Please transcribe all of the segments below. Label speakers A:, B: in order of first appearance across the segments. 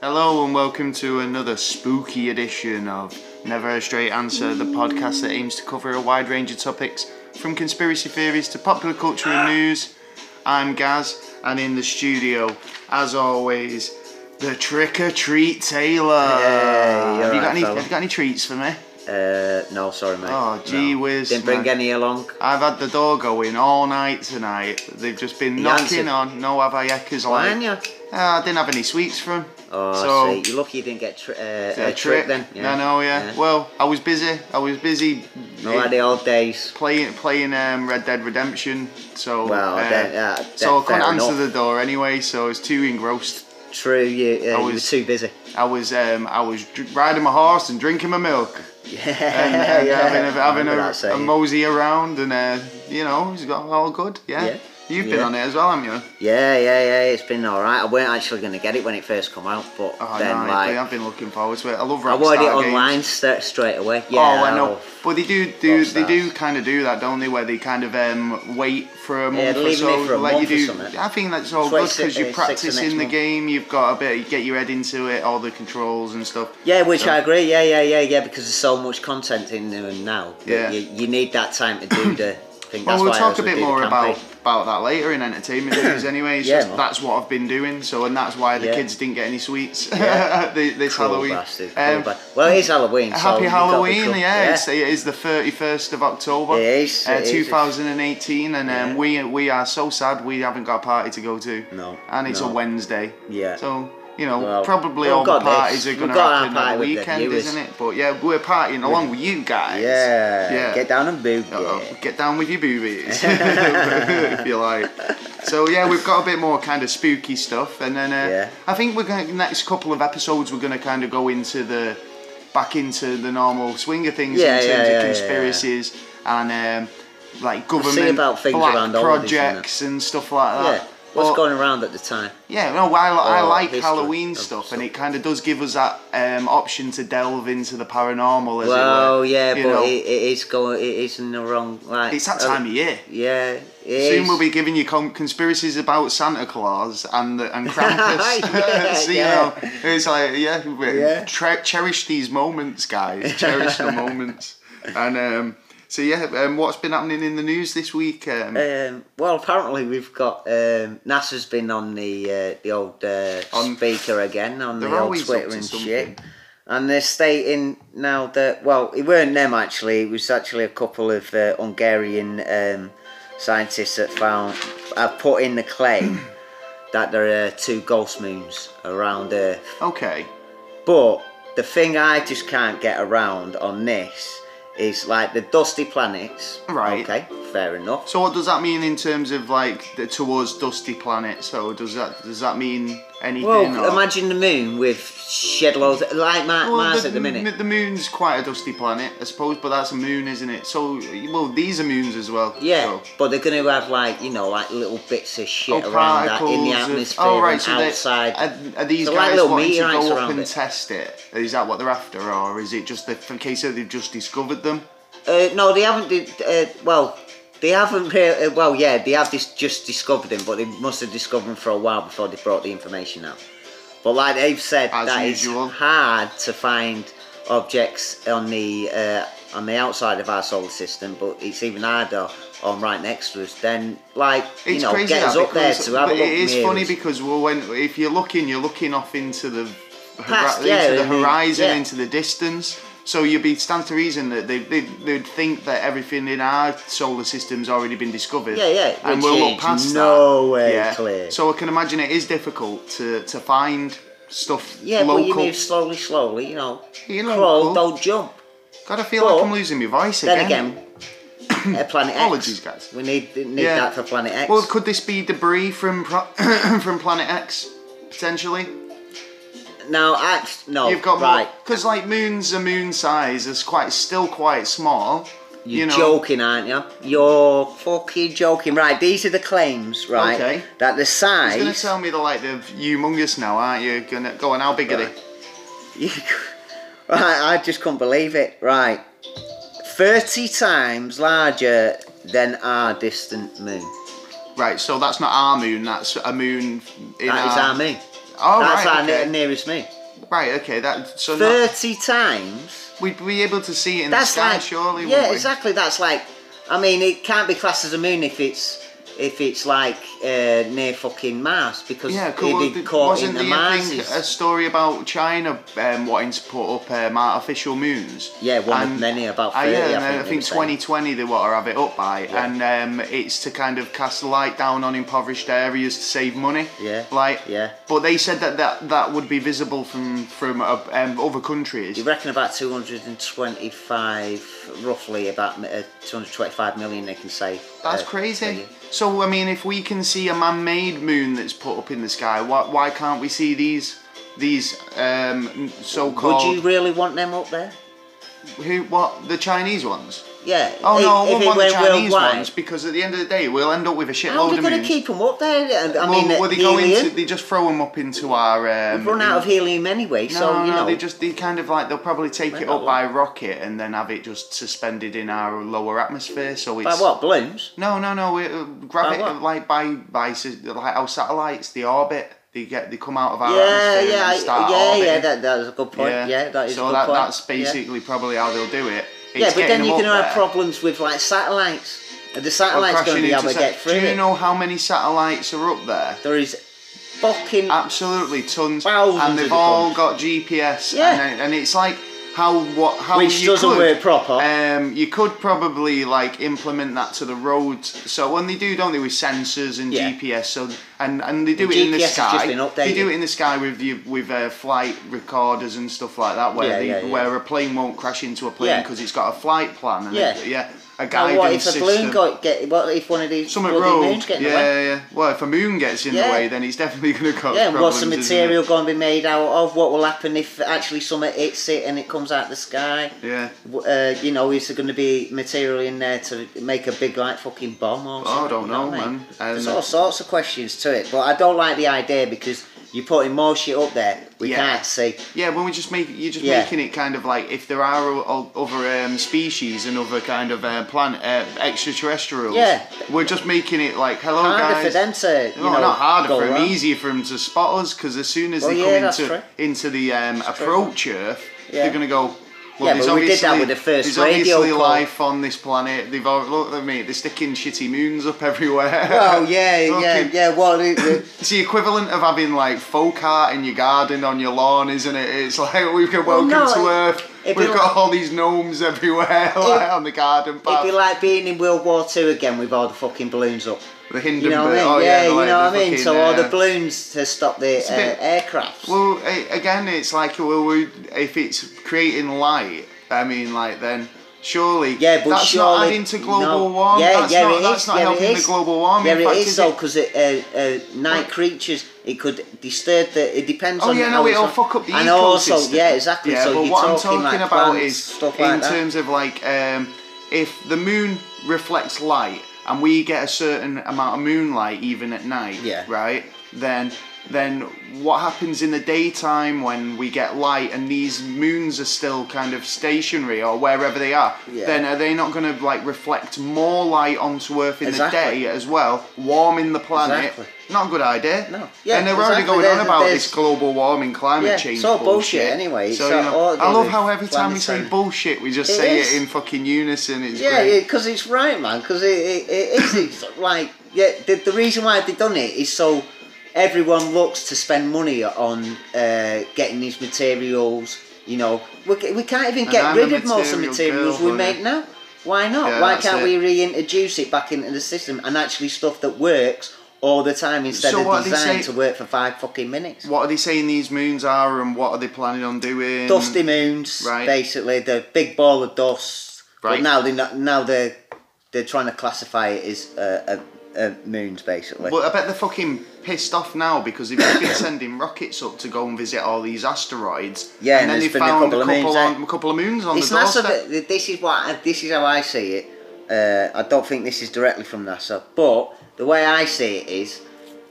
A: Hello and welcome to another spooky edition of Never a Straight Answer, the podcast that aims to cover a wide range of topics from conspiracy theories to popular culture and news. I'm Gaz, and in the studio, as always, the trick or treat Taylor.
B: Hey,
A: have, you
B: alright,
A: got any,
B: fella.
A: have you got any treats for me?
B: Uh, no, sorry, mate.
A: Oh, gee
B: No.
A: whiz,
B: Didn't bring
A: man.
B: any along.
A: I've had the door going all night tonight. They've just been
B: You
A: knocking
B: answered.
A: on. No, have I? Oh, Yeah, because
B: Why
A: like,
B: aren't you?
A: Ah, I didn't have any sweets from.
B: Oh,
A: so,
B: see, you're lucky you didn't get tri- uh,
A: a
B: a trick then.
A: I know, yeah. Well, I was busy. I was busy
B: no,
A: eh,
B: like the old days.
A: playing playing um, Red Dead Redemption. So,
B: Well,
A: uh,
B: then, yeah,
A: so I
B: then
A: couldn't
B: fair
A: answer
B: enough.
A: the door anyway. So I was too engrossed.
B: True, you, uh,
A: I
B: you were
A: was-
B: too busy.
A: I was um, I was dr- riding my horse and drinking my milk
B: Yeah,
A: and, and
B: yeah. I
A: having a, having
B: remember
A: a,
B: that saying.
A: a mosey around and uh, you know it's got all good. Yeah,
B: Yeah.
A: you've been
B: Yeah.
A: on it as well, haven't you?
B: yeah, yeah, yeah. It's been all right. I weren't actually going to get it when it first come out, but
A: Oh,
B: then
A: no,
B: like
A: I've been looking forward to it. I love
B: I
A: Rockstar
B: ordered it
A: games.
B: online st- straight away. Yeah,
A: oh, I know. But they do do they do
B: Rockstars.
A: kind of do that, don't they? Where they kind of um, wait for a
B: Yeah,
A: month
B: they're
A: or
B: leaving
A: so.
B: it for a
A: like
B: month or
A: you do.
B: something.
A: I think that's all good
B: Twenty six-
A: because
B: uh,
A: you
B: six the
A: practice
B: next
A: in the
B: month.
A: game. You've got a bit. You get your head into it. All the controls and stuff.
B: Yeah, which
A: So-
B: I agree. Yeah, yeah, yeah, yeah. Because there's so much content in there now.
A: Yeah.
B: that you, you need that time to do the. thing.
A: Well,
B: That's
A: we'll
B: why I
A: talk a
B: also
A: bit
B: do the
A: more
B: campaign.
A: about about that later in entertainment news. Anyway, it's
B: Yeah,
A: just,
B: man.
A: that's what I've been doing. So, and that's why the
B: Yeah.
A: kids didn't get any sweets
B: Yeah.
A: thi- this
B: Cruel
A: Halloween.
B: bastard, cruel
A: Um,
B: ba- well, it is Halloween. so
A: Happy
B: you've got to be
A: Halloween,
B: cruel.
A: yeah. It's, it is the 31st of October
B: It is,
A: uh,
B: it is.
A: 2018, and um,
B: Yeah.
A: we we are so sad we haven't got a party to go to.
B: No,
A: And it's a
B: no.
A: Wednesday.
B: Yeah.
A: So, you know,
B: Well,
A: probably
B: we've
A: all the
B: got this.
A: parties are
B: We've
A: going to
B: got our
A: happen on
B: party
A: the
B: with the
A: weekend,
B: viewers.
A: isn't it? But yeah, we're partying along with you guys.
B: Yeah.
A: Yeah.
B: Get down and boot.
A: Uh-oh,
B: Yeah.
A: Get down with your boobies, if you like. So yeah, we've got a bit more kind of spooky stuff, and then uh,
B: Yeah.
A: I think we're going next couple of episodes we're going to kind of go into the back into the normal swing of things
B: Yeah,
A: in
B: yeah,
A: terms
B: yeah, yeah,
A: of
B: yeah.
A: conspiracies and um, like government
B: about things
A: black
B: around all of this, isn't
A: projects and stuff like that.
B: yeah. What's
A: But-
B: going around at the time?
A: yeah, no, I, I
B: Or
A: like
B: history
A: Halloween
B: of
A: stuff,
B: stuff.
A: and it kind of does give us that um, option to delve into the paranormal, as it
B: Well,
A: were.
B: yeah,
A: you
B: but
A: know.
B: it, it is going. It is in the wrong. Like
A: it's that
B: uh,
A: time of year.
B: Yeah. It
A: Soon
B: is.
A: we'll be giving you com- conspiracies about Santa Claus and the, and Krampus.
B: Yeah,
A: so, you
B: yeah.
A: know, it's like yeah, we-
B: Yeah.
A: tre- cherish these moments, guys. Cherish the moments. And um, so yeah, um, what's been happening in the news this week? Um,
B: Um, well, apparently we've got um, NASA's been on the uh, the old uh,
A: On-
B: speaker again on
A: They're
B: the old
A: always up
B: Twitter
A: to
B: and
A: something.
B: shit, and they're stating now that well, it weren't them actually. It was actually a couple of uh, Hungarian um, scientists that found have put in the claim that there are two ghost moons around Earth.
A: okay,
B: But the thing I just can't get around on this is like the dusty planets.
A: Right.
B: Okay, fair enough.
A: so what does that mean in terms of like the, towards dusty planet? So does that does that mean anything?
B: Well,
A: or-
B: imagine the moon with shed loads like Ma-
A: Well,
B: Mars at the minute.
A: m- The moon's quite a dusty planet, I suppose, but that's a moon, isn't it? So, well, these are moons as well.
B: yeah,
A: so-
B: but they're gonna have like you know like little bits of shit
A: Oh,
B: around that in
A: particles
B: the
A: of-
B: atmosphere
A: oh, right,
B: and
A: so they-
B: outside.
A: Are, are these
B: So, like,
A: guys
B: little
A: wanting to
B: meteorites
A: go up
B: around
A: and
B: it.
A: test it? Is that what they're after, or is it just the f- case that they've just discovered them?
B: uh, no, they haven't. Did, uh, well, they haven't really. Uh, well, yeah, they have this just discovered them, but they must have discovered them for a while before they brought the information out. But like they've said,
A: As
B: that it's
A: usual.
B: hard to find objects on the uh, on the outside of our solar system, but it's even harder on right next to us. Then, like you
A: It's
B: know,
A: crazy
B: get us
A: that
B: up there
A: because-
B: to have a
A: but
B: look.
A: It is
B: near
A: funny
B: us.
A: because well, when if you're looking, you're looking off into the hora-
B: Past, yeah,
A: into the
B: I mean,
A: horizon,
B: yeah.
A: into the distance. So you'd be stand to reason that they they they'd think that everything in our solar system's already been discovered.
B: Yeah, yeah,
A: and
B: which
A: we'll look
B: is
A: past
B: no
A: that.
B: way
A: yeah.
B: clear.
A: So I can imagine it is difficult to to find stuff
B: yeah,
A: local.
B: but you move slowly, slowly. You know,
A: You're local.
B: crawl, don't jump.
A: God, I feel
B: But-
A: like I'm losing my voice again.
B: Then again, uh, Planet X.
A: Apologies, guys.
B: We need need
A: Yeah.
B: that for Planet X.
A: Well, could this be debris from pro- from Planet X potentially?
B: now, X, no,
A: You've got
B: right.
A: because like moons are moon size. It's quite still quite small.
B: You're
A: you know,
B: joking, aren't you? You're fucking joking. Right, these are the claims, right?
A: Okay.
B: That the size.
A: You're gonna tell me the like the humongous now, aren't you? Gonna go on. How big are they?
B: You- right, I just couldn't believe it. Right. 30 times larger then our distant moon.
A: Right, so that's not our moon. That's a moon in
B: That is
A: our.
B: our moon.
A: Oh,
B: That's
A: right,
B: our ne-
A: okay.
B: nearest moon.
A: Right, okay. That so not-
B: Thirty times.
A: we'd be able to see it in
B: That's
A: the sky,
B: like
A: surely.
B: yeah,
A: wouldn't we?
B: exactly. That's like, I mean, it can't be classed as a moon if it's if it's like uh, near fucking Mars because
A: Yeah,
B: it'd
A: cool.
B: be
A: Well, th-
B: caught in
A: wasn't
B: the
A: there I think,
B: Mars.
A: a story about China um, wanting to put up um, artificial moons?
B: Yeah, one of
A: And-
B: many, about
A: Ah,
B: 30,
A: yeah,
B: I
A: and
B: think
A: I
B: they
A: think
B: were saying.
A: 2020 they want to have it up by, and um, it's to kind of cast light down on impoverished areas to save money.
B: Yeah,
A: like
B: yeah.
A: But they said that that, that would be visible from from uh, um, other countries.
B: You reckon about 225, roughly about uh, 225 million they can say.
A: That's
B: uh, per
A: crazy.
B: year.
A: So I mean, if we can see a man-made moon that's put up in the sky, why why can't we see these these um, so-called?
B: Would you really want them up there?
A: Who? What? The Chinese ones?
B: Yeah.
A: Oh no, I
B: if, if
A: wouldn't
B: it
A: want the
B: went
A: Chinese
B: worldwide,
A: ones because at the end of the day, we'll end up with a
B: How are
A: shitload
B: they
A: of
B: going
A: moons.
B: to keep them up there? I mean,
A: well,
B: uh,
A: well, they go
B: helium.
A: into. They just throw them up into our. Um,
B: We've run out of helium anyway,
A: No,
B: so
A: no,
B: you know.
A: they just they kind of like they'll probably take it
B: not
A: up by rocket and then have it just suspended in our lower atmosphere. So it's
B: by what balloons?
A: no, no, no. It, uh, gravity,
B: what?
A: like by by s- like our satellites, they orbit. They get they come out of our
B: Yeah,
A: atmosphere
B: yeah,
A: and then start
B: yeah,
A: orbiting.
B: yeah. That, that was a good point. Yeah, that is
A: so
B: a good
A: that,
B: point.
A: that's basically probably how they'll do it.
B: Yeah, yeah
A: It's
B: but then
A: getting
B: you
A: them
B: can
A: up
B: have
A: there.
B: problems with like satellites. Are The
A: Or
B: satellites going
A: crashing
B: to be able
A: into
B: to get
A: sat-
B: through
A: Do you
B: it.
A: know how many satellites are up there?
B: There is fucking
A: Absolutely tons,
B: Thousands
A: and
B: of
A: they've
B: them.
A: all got GPS.
B: Yeah.
A: and, and it's like how what how
B: Which
A: you
B: doesn't
A: could,
B: work proper.
A: Um, you could probably like implement that to the roads. So when they do, don't they, with sensors and
B: Yeah.
A: GPS? So and and they do
B: The
A: it in the
B: GPS has just
A: sky.
B: been
A: They do
B: updated.
A: it in the sky with you with uh, flight recorders and stuff like that, where
B: Yeah,
A: they,
B: yeah, yeah.
A: where a plane won't crash into a plane
B: Yeah.
A: because it's got a flight plan. And
B: Yeah.
A: a, yeah. A guidance
B: Now, what if a
A: system.
B: balloon got get? What if one of these
A: Summit
B: bloody
A: Road.
B: moons get in
A: yeah,
B: the way?
A: yeah, yeah. Well, if a moon gets in the
B: Yeah.
A: way, then it's definitely going to cause
B: Yeah, and what's the
A: problems, isn't it?
B: material going to be made out of? What will happen if actually something hits it and it comes out the sky?
A: Yeah.
B: W- Uh, you know, is there going to be material in there to make a big like fucking bomb or something?
A: Oh, I don't
B: you what
A: know,
B: I mean?
A: man.
B: There's
A: Um,
B: all sorts of questions to it, but I don't like the idea because you're putting more shit up there we
A: Yeah.
B: can't see.
A: Yeah, when we just make you're just
B: Yeah.
A: making it kind of like if there are o- o- other um, species and other kind of uh, planet uh, extraterrestrials.
B: Yeah.
A: we're just making it like hello
B: Harder
A: guys.
B: for them to, you
A: no,
B: know,
A: not harder
B: go
A: for them,
B: around.
A: easier for them to spot us because as soon as
B: Well,
A: they
B: yeah,
A: come
B: that's
A: into into the um, approach Earth,
B: Yeah.
A: they're gonna go. Well,
B: Yeah,
A: there's
B: but we did that
A: obviously-
B: with the first
A: There's
B: radio
A: obviously
B: call."
A: life on this planet. They've all, look at me. They're sticking shitty moons up everywhere.
B: Oh yeah, yeah,
A: Fucking-
B: yeah. Well, it- it-
A: It's the equivalent of having like folk art in your garden on your lawn, isn't it? It's like we've got
B: Well,
A: welcome
B: no,
A: to
B: it-
A: Earth.
B: it'd be
A: We've got
B: like-
A: all these gnomes everywhere like, on the garden
B: it'd
A: path.
B: be like being in World War Two again with all the fucking balloons up.
A: the Hindenburg.
B: You know what I mean?
A: Oh,
B: yeah,
A: the,
B: you
A: like,
B: know
A: the
B: what I mean.
A: fucking,
B: So all the
A: uh,
B: balloons to stop the
A: a bit-
B: uh, aircrafts.
A: Well, a- again, it's like well, we, if it's creating light, I mean, like then surely
B: Yeah, but
A: that's not
B: surely-
A: adding to global warming.
B: Yeah,
A: that's
B: yeah,
A: not,
B: it
A: that's
B: is,
A: not
B: yeah,
A: helping
B: it
A: the
B: is.
A: global warming.
B: Yeah,
A: In fact,
B: it
A: is
B: is though, because it, uh, uh, night creatures it could disturb the. It depends
A: Oh
B: on.
A: yeah,
B: how
A: no,
B: it's
A: it'll
B: on-
A: fuck up the
B: And
A: ecosystem.
B: also, yeah, exactly.
A: Yeah,
B: so
A: but
B: you're
A: what
B: talking,
A: I'm talking
B: like,
A: about
B: plants,
A: is
B: stuff like
A: in
B: that.
A: terms of like um, if the moon reflects light and we get a certain amount of moonlight even at night,
B: Yeah.
A: right? Then then what happens in the daytime when we get light and these moons are still kind of stationary or wherever they are
B: Yeah.
A: then are they not going to like reflect more light onto earth in
B: Exactly.
A: the day as well warming the planet
B: Exactly.
A: not a good idea
B: No. Yeah,
A: and they're already
B: exactly.
A: going on
B: There's-
A: about
B: there's-
A: this global warming climate
B: Yeah,
A: change
B: it's all bullshit
A: bullshit
B: anyway.
A: So,
B: It's
A: you
B: all
A: know, I
B: ordered
A: love
B: with
A: how every time we say
B: planetary-
A: bullshit, we just
B: It
A: say
B: is.
A: it in fucking unison. It's
B: Yeah,
A: great.
B: because it's right, man. Because it, it, it is. It's like yeah. The, the reason why they've done it is so everyone looks to spend money on uh, getting these materials. You know, we, ca- we can't even get
A: I'm a
B: rid of most of the
A: material
B: materials
A: girl,
B: we make
A: honey.
B: now. Why not?
A: Yeah,
B: why
A: that's
B: can't
A: it.
B: we reintroduce it back into the system and actually stuff that works all the time instead
A: So what
B: of
A: they
B: designed
A: say-
B: to work for five fucking minutes?
A: What are they saying these moons are, and what are they planning on doing?
B: Dusty moons,
A: Right.
B: basically the big ball of dust.
A: Right.
B: But now they are now they are they're trying to classify it as uh, uh, uh, moons, basically.
A: But I bet they're fucking pissed off now because they've just been sending rockets up to go and visit all these asteroids.
B: Yeah,
A: and,
B: and
A: then they
B: there's been a
A: found
B: couple of moons there.
A: on, a couple of moons on
B: it's
A: the
B: NASA.
A: doorstep.
B: That, that this is what I- this is how I see it. Uh, I don't think this is directly from NASA, but the way I see it is,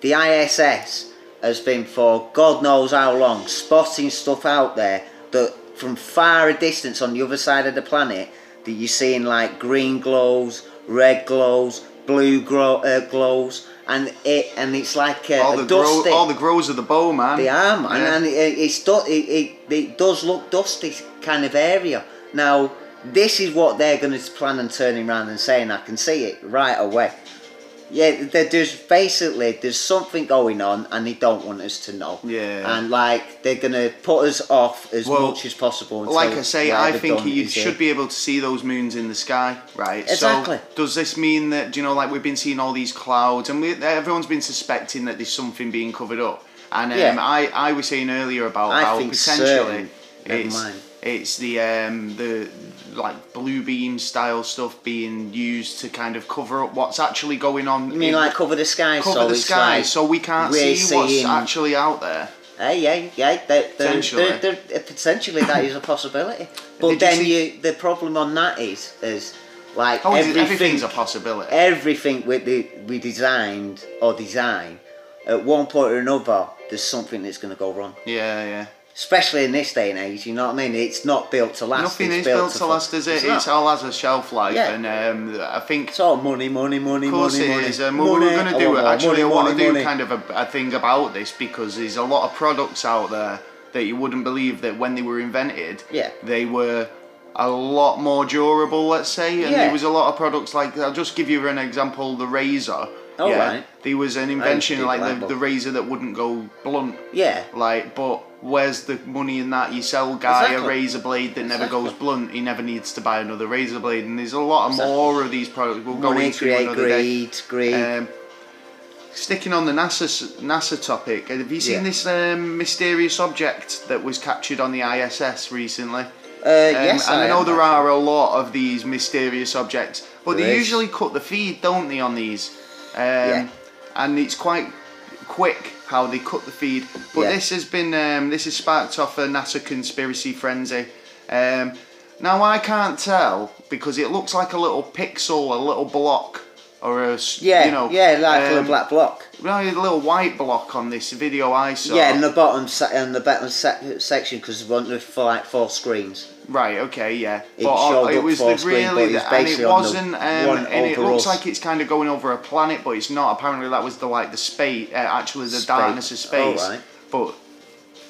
B: the ISS has been for God knows how long spotting stuff out there that from far a distance on the other side of the planet that you're seeing like green glows, red glows, blue glow, uh, glows, and it and it's like a,
A: all
B: a
A: the grow,
B: dusty.
A: all the grows of the bow, man.
B: They are, man,
A: Yeah.
B: and it, it's do- it, it, it does look dusty kind of area. Now, this is what they're going to plan on turning around and saying, I can see it right away. Yeah, there- there's basically there's something going on, and they don't want us to know.
A: Yeah.
B: and like they're gonna put us off as
A: Well,
B: much as possible. Until
A: like I say, I
B: whatever
A: think
B: done
A: you
B: is
A: should
B: it.
A: be able to see those moons in the sky, right?
B: Exactly.
A: So does this mean that do you know, like we've been seeing all these clouds, and we, everyone's been suspecting that there's something being covered up? And um,
B: Yeah.
A: I, I was saying earlier about
B: I
A: how
B: think
A: potentially
B: certain- never
A: it's
B: mind.
A: it's the um, the like blue beam style stuff being used to kind of cover up what's actually going on.
B: I mean, like cover the sky.
A: cover
B: so
A: the
B: it's
A: sky
B: like
A: so we can't
B: we're
A: see what's
B: seeing-
A: actually out there.
B: Hey, yeah, yeah. They're, they're,
A: Potentially.
B: They're, they're- potentially, that is a possibility. But
A: Did you
B: then
A: see-
B: you, the problem on that is, is like
A: Oh,
B: everything,
A: everything's a possibility.
B: everything we de- we designed or design, at one point or another, there's something that's going to go wrong.
A: yeah, yeah.
B: Especially in this day and age, you know what I mean? It's not built to last.
A: Nothing
B: it's
A: is built to
B: fu-
A: last, is it? It's,
B: not.
A: all has a shelf life,
B: Yeah.
A: and um, I think.
B: It's all money, money, money,
A: Of course,
B: money,
A: it
B: money.
A: is. Um, well, we're
B: money.
A: going
B: I
A: to do
B: want more
A: actually.
B: money,
A: I want
B: money,
A: to do
B: money.
A: kind of a, a thing about this because there's a lot of products out there that you wouldn't believe that when they were invented,
B: Yeah.
A: they were a lot more durable. Let's say, and there
B: Yeah.
A: was a lot of products like I'll just give you an example: the razor.
B: All
A: yeah,
B: right.
A: there was an invention
B: do
A: like
B: like
A: the,
B: that.
A: the razor that wouldn't go blunt.
B: Yeah.
A: Like, but where's the money in that? You sell guy a
B: Exactly.
A: razor blade that never
B: Exactly.
A: goes blunt. He never needs to buy another razor blade, and there's a lot of
B: Exactly.
A: more of these products. We'll go
B: Money,
A: into
B: create
A: another day.
B: greed, greed.
A: Um, sticking on the NASA s- NASA topic, have you seen
B: Yeah.
A: this um, mysterious object that was captured on the ISS recently?
B: uh, yes,
A: Um, and I,
B: I
A: know
B: am,
A: there
B: actually.
A: are a lot of these mysterious objects, but
B: There
A: they
B: is.
A: usually cut the feed, don't they, on these? Um,
B: Yeah.
A: And it's quite quick how they cut the feed. But
B: Yeah.
A: this has been um, this has sparked off a NASA conspiracy frenzy. Um, now I can't tell because it looks like a little pixel, a little block, or a s-
B: Yeah,
A: you know
B: yeah, like a
A: um,
B: black block.
A: no, a little white block on this video I saw.
B: yeah, in the bottom se- in the bottom se- section because we wanted for like four screens.
A: Right. Okay. Yeah.
B: It
A: but uh,
B: showed
A: it
B: up
A: was
B: full
A: the
B: screen, but
A: really,
B: it was
A: and it
B: basically on the
A: wasn't, um,
B: one
A: and it
B: over
A: looks
B: us.
A: like it's kind of going over a planet, but it's not. Apparently, that was the like the space, uh, actually the
B: Space. Oh,
A: darkness of space.
B: Alright.
A: But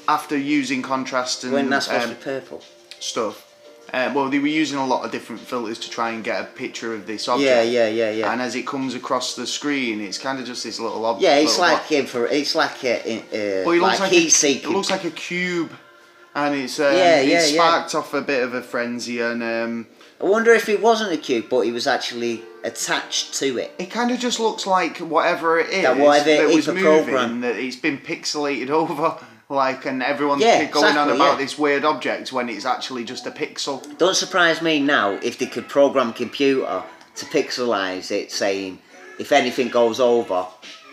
A: after using contrast and
B: When that's supposed
A: um,
B: to be purple.
A: stuff, uh, well, they were using a lot of different filters to try and get a picture of this object.
B: Yeah, yeah, yeah, yeah.
A: And uh, as it comes across the screen, it's kind of just this little object.
B: yeah, it's like infra. It's like uh, in- uh,
A: Well, it
B: like,
A: looks like,
B: heat
A: a, it
B: seeking.
A: looks like a cube, and it's um,
B: Yeah, yeah,
A: it
B: yeah.
A: sparked off a bit of a frenzy, and um,
B: I wonder if it wasn't a cube, but it was actually attached to it.
A: it kind of just looks like whatever it is
B: That whatever
A: that
B: it's
A: was
B: a
A: moving,
B: program.
A: that it's been pixelated over, like, and everyone's
B: Yeah,
A: keep going on
B: exactly,
A: about
B: yeah.
A: this weird object when it's actually just a pixel.
B: Don't surprise me now if they could program computer to pixelize it, saying if anything goes over,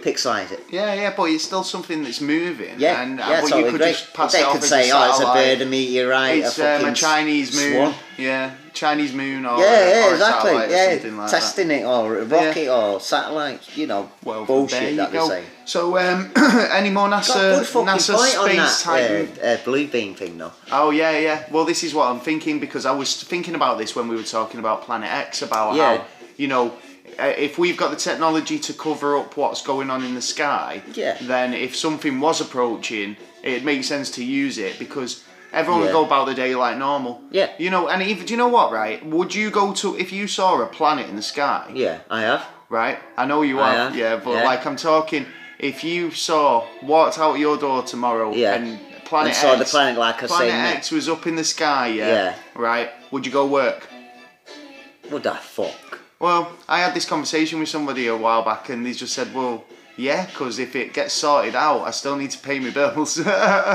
B: pixelize it.
A: Yeah, yeah, but it's still something that's moving.
B: Yeah,
A: and, uh, but
B: yeah, totally
A: you could
B: great.
A: just pass
B: they
A: it off
B: could
A: as
B: say,
A: a
B: "Oh, it's a
A: satellite.
B: bird, a meteorite,
A: It's
B: a
A: um,
B: fucking
A: a Chinese moon.
B: swan."
A: Yeah, Chinese moon or
B: Yeah, yeah,
A: or a
B: exactly.
A: satellite or something
B: Yeah,
A: like that.
B: testing it or a rocket or satellite, you know,
A: Well, there
B: bullshit
A: you
B: that they
A: go.
B: say.
A: So, um, any more
B: Got
A: NASA,
B: a good fucking
A: NASA
B: point on
A: space Titan?
B: that uh, uh, blue beam thing, though.
A: Oh yeah, yeah. Well, this is what I'm thinking because I was thinking about this when we were talking about Planet X about
B: Yeah.
A: how you know uh, if we've got the technology to cover up what's going on in the sky,
B: Yeah.
A: then if something was approaching, it makes sense to use it because everyone would
B: Yeah.
A: go about the day like normal.
B: Yeah.
A: You know, and even do you know what? Right? Would you go to if you saw a planet in the sky?
B: Yeah, I have.
A: Right? I know you
B: I
A: are.
B: am,
A: Yeah, but
B: Oh, yeah.
A: like I'm talking, if you saw walked out your door tomorrow
B: Yeah.
A: and Planet
B: And saw the
A: X-
B: planet like I
A: Planet
B: seen it.
A: X was up in the sky. Yeah.
B: Yeah.
A: Right? Would you go work?
B: What the fuck?
A: Well, I had this conversation with somebody a while back, and they just said, "Well, yeah, because if it gets sorted out, I still need to pay my bills." and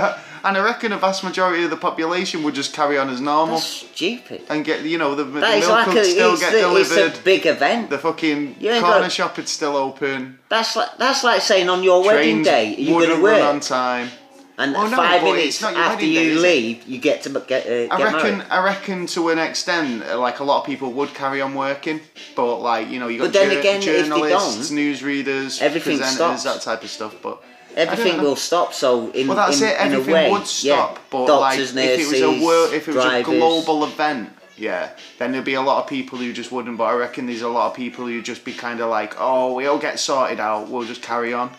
A: I reckon a vast majority of the population would just carry on as normal
B: That's stupid.
A: and get, you know, the, the
B: That
A: milk
B: is like
A: would
B: a,
A: still
B: it's,
A: get
B: the, it's
A: delivered.
B: a big event.
A: the fucking
B: You ain't
A: corner
B: got-
A: shop is still open.
B: That's like that's like saying on your wedding
A: Trains
B: day you're
A: wouldn't
B: gonna
A: run on
B: work,
A: time.
B: and
A: Oh, no,
B: five
A: but it's
B: minutes
A: not your
B: after
A: wedding day,
B: you
A: is it?
B: leave, you get to m- get uh,
A: I
B: get
A: reckon,
B: married.
A: I reckon, to an extent, uh, like a lot of people would carry on working, but like you know, you got
B: But then
A: jour-
B: again, if they
A: journalists,
B: don't,
A: newsreaders,
B: everything
A: presenters,
B: stops.
A: that type of stuff. But I don't
B: Everything
A: know.
B: will stop. So in
A: Well, that's
B: in,
A: it.
B: in a
A: Everything
B: way,
A: would stop,
B: yeah,
A: but
B: doctors,
A: like
B: nurses,
A: if it was a world, if it was
B: drivers,
A: a global event, yeah, then there'll be a lot of people who just wouldn't. But I reckon there's a lot of people who just be kind of like, oh, we'll get sorted out. We'll just carry on.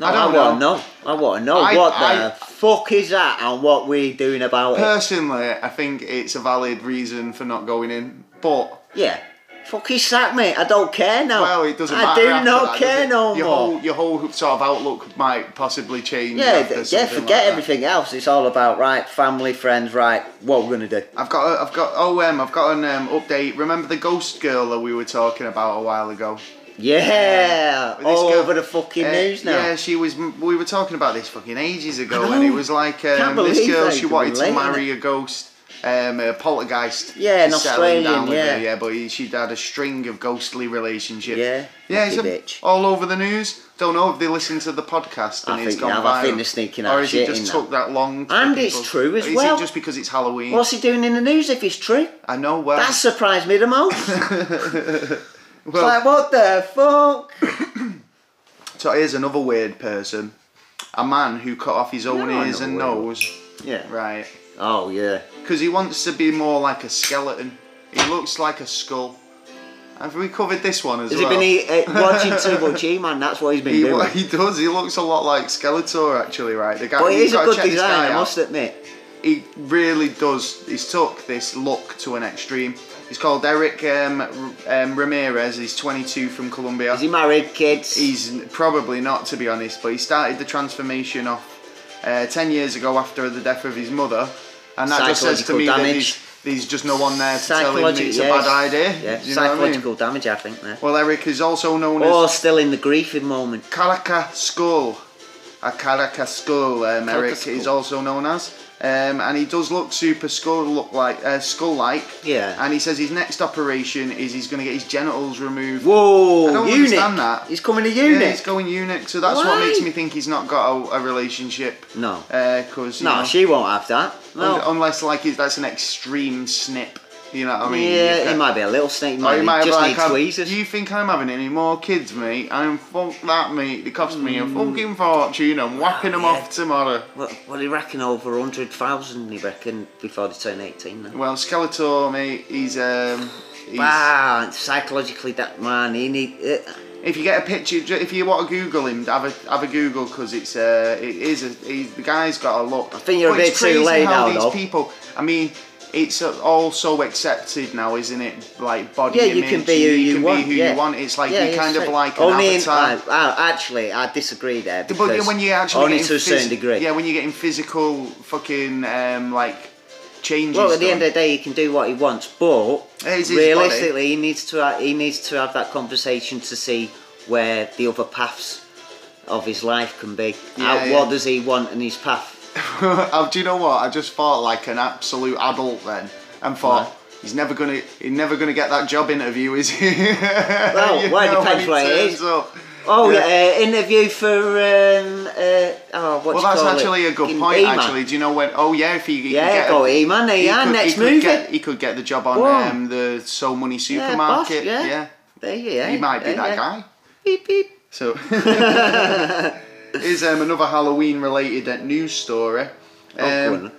B: No,
A: I
B: I,
A: don't
B: want to know. I want to know
A: I-
B: what
A: I-
B: the fuck is that and what we doing about it.
A: Personally, I think it's a valid reason for not going in, but.
B: Yeah. Fucking sack me. I don't care now.
A: Well, it doesn't
B: I
A: matter.
B: do
A: after
B: not
A: that, does
B: care
A: it?
B: no
A: your
B: more.
A: Whole, your whole sort of outlook might possibly change.
B: yeah,
A: after
B: th- yeah.
A: something
B: Forget
A: like that.
B: everything else. It's all about right, family, friends, right. What we're gonna do.
A: I've got, a, I've got, oh, um, I've got an um, update. Remember the ghost girl that we were talking about a while ago?
B: Yeah,
A: With this
B: all
A: girl-
B: over the fucking
A: Uh,
B: news now.
A: Yeah, she was. We were talking about this fucking ages ago,
B: I
A: and it
B: know.
A: was like um,
B: Can't
A: this
B: believe
A: girl.
B: that you
A: She
B: can
A: wanted to
B: relate,
A: marry a ghost, um, a poltergeist.
B: Yeah, an
A: She's settling down
B: Australian,
A: with
B: yeah.
A: her, yeah, but he- she'd had a string of ghostly relationships.
B: Yeah,
A: yeah,
B: lucky
A: it's a-
B: bitch.
A: all over the news. Don't know if they listen to the podcast and
B: I
A: it's
B: think they
A: gone
B: have.
A: viral.
B: I think they're sneaking
A: or
B: out
A: is
B: shit
A: it just
B: in that.
A: took that long? for
B: And it's
A: people-
B: true as
A: Is
B: well.
A: it just because it's Halloween?
B: What's he doing in the news if it's true?
A: I know. Well,
B: That surprised me the most.
A: well
B: like, what the fuck?
A: so here's another weird person, a man who cut off his own
B: No, I
A: ears
B: know
A: and
B: weird.
A: nose.
B: Yeah.
A: Right.
B: Oh yeah.
A: because he wants to be more like a skeleton. He looks like a skull. Have we covered this one as
B: Has
A: well?
B: he been eat, uh, watching too much E-Man? That's what he's been
A: He,
B: doing.
A: wa- he does. He looks a lot like Skeletor, actually. Right, the guy.
B: but it
A: you've
B: is a
A: gotta
B: good
A: check this guy
B: design, I
A: out.
B: must admit.
A: He really does. He's took this look to an extreme. He's called Eric um, R- um, Ramirez. He's 22 from Colombia.
B: Is he married, kids?
A: He's probably not, to be honest, but he started the transformation off uh, 10 years ago after the death of his mother. And that just says to me
B: Psychological
A: that
B: damage.
A: he's, there's just no one there to tell him
B: Psychologi-
A: it's
B: yeah,
A: a bad idea.
B: Yeah,
A: Do you know what I mean?
B: psychological damage, I think. There.
A: Well, Eric is also known
B: Or
A: as
B: still in the grieving moment.
A: Caraca Skull. A Caraca Skull, um,
B: Caraca
A: Eric
B: Skull.
A: is also known as. Um, and he does look super skull look like uh, skull like.
B: Yeah.
A: And he says his next operation is he's going to get his genitals removed.
B: Whoa,
A: I don't
B: eunuch.
A: understand that.
B: He's coming to
A: Yeah,
B: eunuch.
A: he's going eunuch, so that's what
B: Why?
A: makes me think he's not got a, a relationship. uh,
B: No.
A: Because
B: no, she won't have that.
A: un-
B: No.
A: unless like it's, that's an extreme snip. You know what I mean? You
B: yeah,
A: ca-
B: he might be a little snake. He
A: Or
B: might,
A: you might
B: just
A: have,
B: need
A: like, I'm-
B: tweezers.
A: you think I'm having any more kids, mate? I'm fuck that, mate. It cost me a fucking fortune. I'm whacking them
B: Mm. Oh, yeah.
A: off tomorrow.
B: What, what do you reckon? Over 100,000, you reckon, before they turn 18 then?
A: Well, Skeletor, mate, he's um. He's,
B: Wow, psychologically, that man, he need. Uh,
A: If you get a picture, ju- if you want to Google him, have a have a Google because it's uh, it is a he's, the guy's got a look. I
B: think you're a bit too late
A: how
B: now,
A: These
B: though.
A: people, I mean, it's uh, all so accepted now, isn't it? Like body
B: yeah,
A: image,
B: you can be who you,
A: can
B: want.
A: be who
B: yeah.
A: you want. It's like
B: Yeah,
A: you're
B: yeah,
A: kind of
B: straight.
A: like an
B: only in,
A: avatar.
B: like, uh, actually, I disagree there.
A: Yeah, but
B: because
A: when you actually
B: only
A: getting
B: to a certain
A: phys-
B: degree.
A: yeah, when you're getting physical fucking um, like changes.
B: Well, at the end
A: done.
B: of the day, he can do what he wants, but
A: It's his
B: realistically, he needs to ha- he needs to have that conversation to see where the other paths of his life can be.
A: Yeah,
B: How-
A: yeah.
B: What does he want in his path?
A: Oh, do you know what? I just thought like an absolute adult then, and thought.
B: Right.
A: He's never gonna, he's never gonna get that job interview, is he?
B: Well,
A: well,
B: well, depends what it is. Oh, yeah, uh, interview for um, uh, oh,
A: Well,
B: what do you
A: that's
B: call it?
A: actually a good
B: Fucking
A: point.
B: E-Man.
A: Actually, do you know when? Oh yeah, if he, he
B: Yeah,
A: could get
B: go
A: a,
B: E-Man, there you are, next
A: could
B: movie.
A: get, he could get the job on
B: Whoa.
A: um, the So Money
B: yeah,
A: supermarket.
B: boss, yeah. there you
A: yeah. he might be
B: yeah,
A: that
B: yeah.
A: guy.
B: Beep beep.
A: So, is um, another Halloween related uh, news story.
B: Oh, go
A: Um,
B: on. Hmm.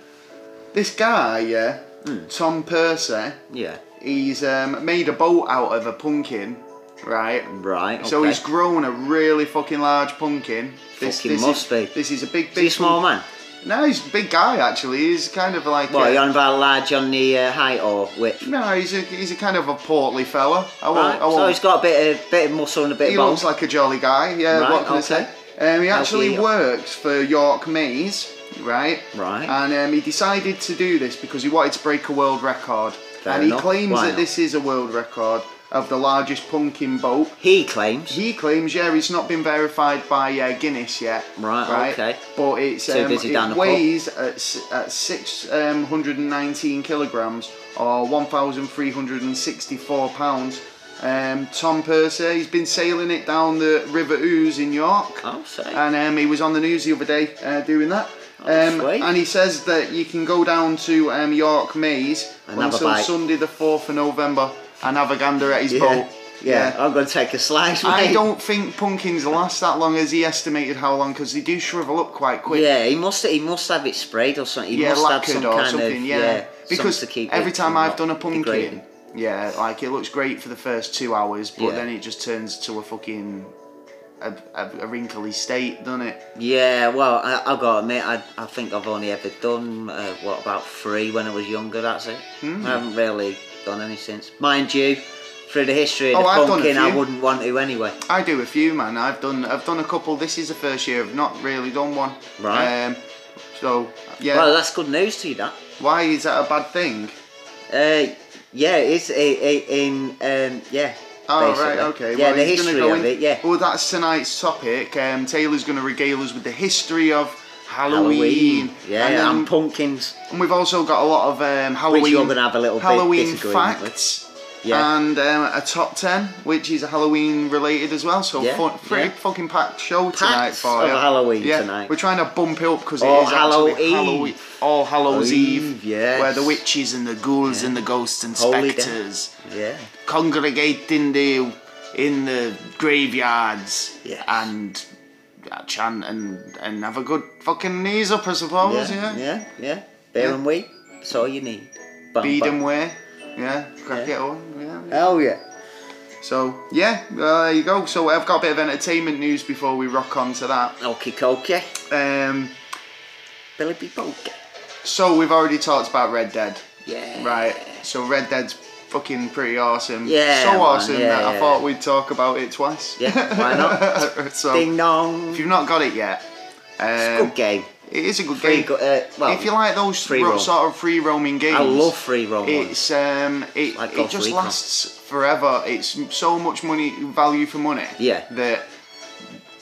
A: this guy, yeah, Tom Percy,
B: yeah,
A: he's um, made a boat out of a pumpkin, right?
B: right. Okay.
A: So he's grown a really fucking large pumpkin.
B: Fucking
A: this
B: must
A: is,
B: be.
A: This is a big, big.
B: Is he a small
A: pump-
B: man?
A: No, he's a big guy actually. He's kind of like.
B: What,
A: a-
B: you on about large on the uh, height or width?
A: no, he's a he's a kind of a portly fella. I won't.
B: Right,
A: I won't
B: so he's got a bit of bit of muscle and a bit
A: He
B: of bone.
A: looks like a jolly guy. Yeah,
B: Right,
A: what can
B: okay.
A: I say? Um, he actually
B: Healthy.
A: works for York Mays, right?
B: Right.
A: And um, he decided to do this because he wanted to break a world record.
B: Fair
A: and he
B: enough.
A: claims
B: Why
A: that
B: not?
A: this is a world record of the largest pumpkin boat.
B: he claims.
A: He claims, yeah, it's not been verified by uh, Guinness yet.
B: Right, okay.
A: But it's
B: Too
A: um,
B: busy down the
A: it
B: pub.
A: weighs at, s- at um, 619 kilograms or 1,364 pounds. Um, Tom Percy, he's been sailing it down the River Ouse in York.
B: I'll Oh, say.
A: And um, he was on the news the other day uh, doing that.
B: Oh,
A: Um,
B: sweet.
A: and he says that you can go down to um, York Maze
B: And have a
A: until
B: bite.
A: Sunday the 4th of November and have a gander at his
B: Yeah.
A: boat.
B: Yeah,
A: Yeah.
B: I'm going to take a slice, mate.
A: I don't think pumpkins last that long as he estimated how long because they do shrivel up quite quick.
B: Yeah, he must he must have it sprayed or something. He
A: yeah,
B: must have
A: lacquered
B: some
A: or
B: kind
A: something.
B: of
A: yeah. because
B: something to keep
A: every
B: it
A: time
B: from
A: I've
B: not
A: done a pumpkin,
B: degrading.
A: yeah, like it looks great for the first two hours, but
B: Yeah.
A: then it just turns to a fucking a, a, a wrinkly state, doesn't it?
B: Yeah, well, I, I've got to admit, I, I think I've only ever done, uh, what, about three when I was younger, that's it.
A: Hmm.
B: I haven't really done any since. Mind you, through the history of
A: Oh,
B: the
A: I've done a
B: pumpkin, I
A: few.
B: wouldn't want to anyway.
A: I do a few, man. I've done I've done a couple. This is the first year I've not really done one.
B: Right.
A: Um, so yeah,
B: Well, that's good news to you, that.
A: why is that a bad thing?
B: Uh, yeah, it's i i in, um, yeah.
A: Oh right,
B: basically.
A: okay.
B: Yeah,
A: well,
B: the
A: he's
B: history
A: gonna go
B: of
A: in-
B: it, yeah.
A: Well, that's tonight's topic. Um, Taylor's going to regale us with the history of Halloween.
B: Halloween. Yeah,
A: and, then-
B: and pumpkins.
A: and we've also got a lot of um, Halloween.
B: you're gonna have a little bit
A: Halloween
B: disagreement with.
A: facts.
B: Yeah.
A: And um, a top ten, which is Halloween related as well. So
B: Yeah,
A: fun, pretty
B: yeah.
A: fucking packed show tonight
B: Packed
A: for
B: of
A: you.
B: Halloween
A: yeah,
B: tonight.
A: We're trying to bump it up because it
B: Or
A: is actually
B: Halloween.
A: Halloween. All Hallows Eve,
B: Eve, Oh, yes.
A: where the witches and the ghouls and the ghosts and
B: Holy day.
A: spectres
B: Yeah.
A: congregate in the in the graveyards
B: Yes.
A: and uh, chant and and have a good fucking knees up, I suppose. Oh, Yeah,
B: yeah, yeah, yeah. Beer
A: Yeah.
B: and wheat, that's all you need. Bam,
A: bead
B: bam.
A: and wear. Yeah, crack
B: Yeah.
A: it on. Yeah.
B: Oh, yeah.
A: So yeah, uh, there you go. So I've got a bit of entertainment news before we rock on to that.
B: Okie dokie.
A: Um,
B: Billy B. Bolker.
A: so we've already talked about Red Dead,
B: Yeah.
A: right? So Red Dead's fucking pretty awesome.
B: Yeah,
A: so
B: man,
A: awesome
B: yeah,
A: that I
B: yeah,
A: thought we'd talk about it twice.
B: Yeah, why not?
A: so
B: Ding dong.
A: If you've not got it yet, um,
B: Good game.
A: it is a good
B: Free
A: game.
B: go- uh, well,
A: if you like those
B: free
A: ro-
B: roam.
A: sort of free roaming games,
B: I love free roam ones.
A: It's um, it,
B: Like
A: it
B: Golf
A: just
B: Recon.
A: lasts forever. It's m- so much money value for money.
B: Yeah.
A: That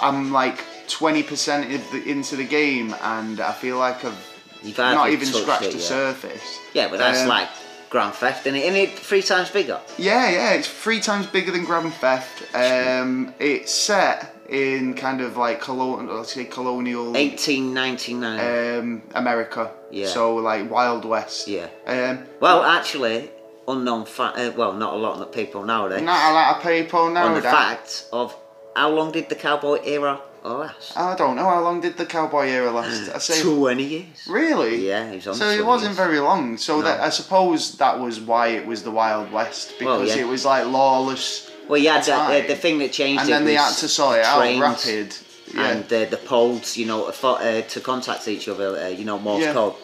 A: I'm like twenty percent of the, into the game, and I feel like I've
B: You've hardly
A: not even
B: touched
A: scratched
B: it
A: the
B: yet.
A: surface.
B: Yeah, but that's
A: Um,
B: like Grand Theft, is it? Isn't it three times bigger?
A: Yeah, yeah, it's three times bigger than Grand Theft. Um, it's set in kind of like colonial, let's say colonial
B: 1899.
A: um, America.
B: Yeah.
A: So like Wild West.
B: Yeah.
A: Um,
B: well, actually, unknown fact, uh, well, not a lot of people nowadays.
A: not a lot of people
B: on
A: know
B: the
A: that.
B: fact of how long did the cowboy era last?
A: I don't know how long did the cowboy era last. I say
B: 20 years.
A: really.
B: Yeah, it was on
A: So
B: for
A: it
B: some
A: wasn't
B: years.
A: very long. So that I suppose that was why it was the Wild West because
B: Well, yeah.
A: it was like lawless,
B: Well, you had that,
A: time.
B: uh, the thing that changed
A: and
B: it
A: then they had
B: was
A: to sort it out
B: trains
A: rapid. Yeah.
B: And uh, the poles, you know, for, uh, to contact each other, uh, you know, Morse
A: Yeah.
B: code.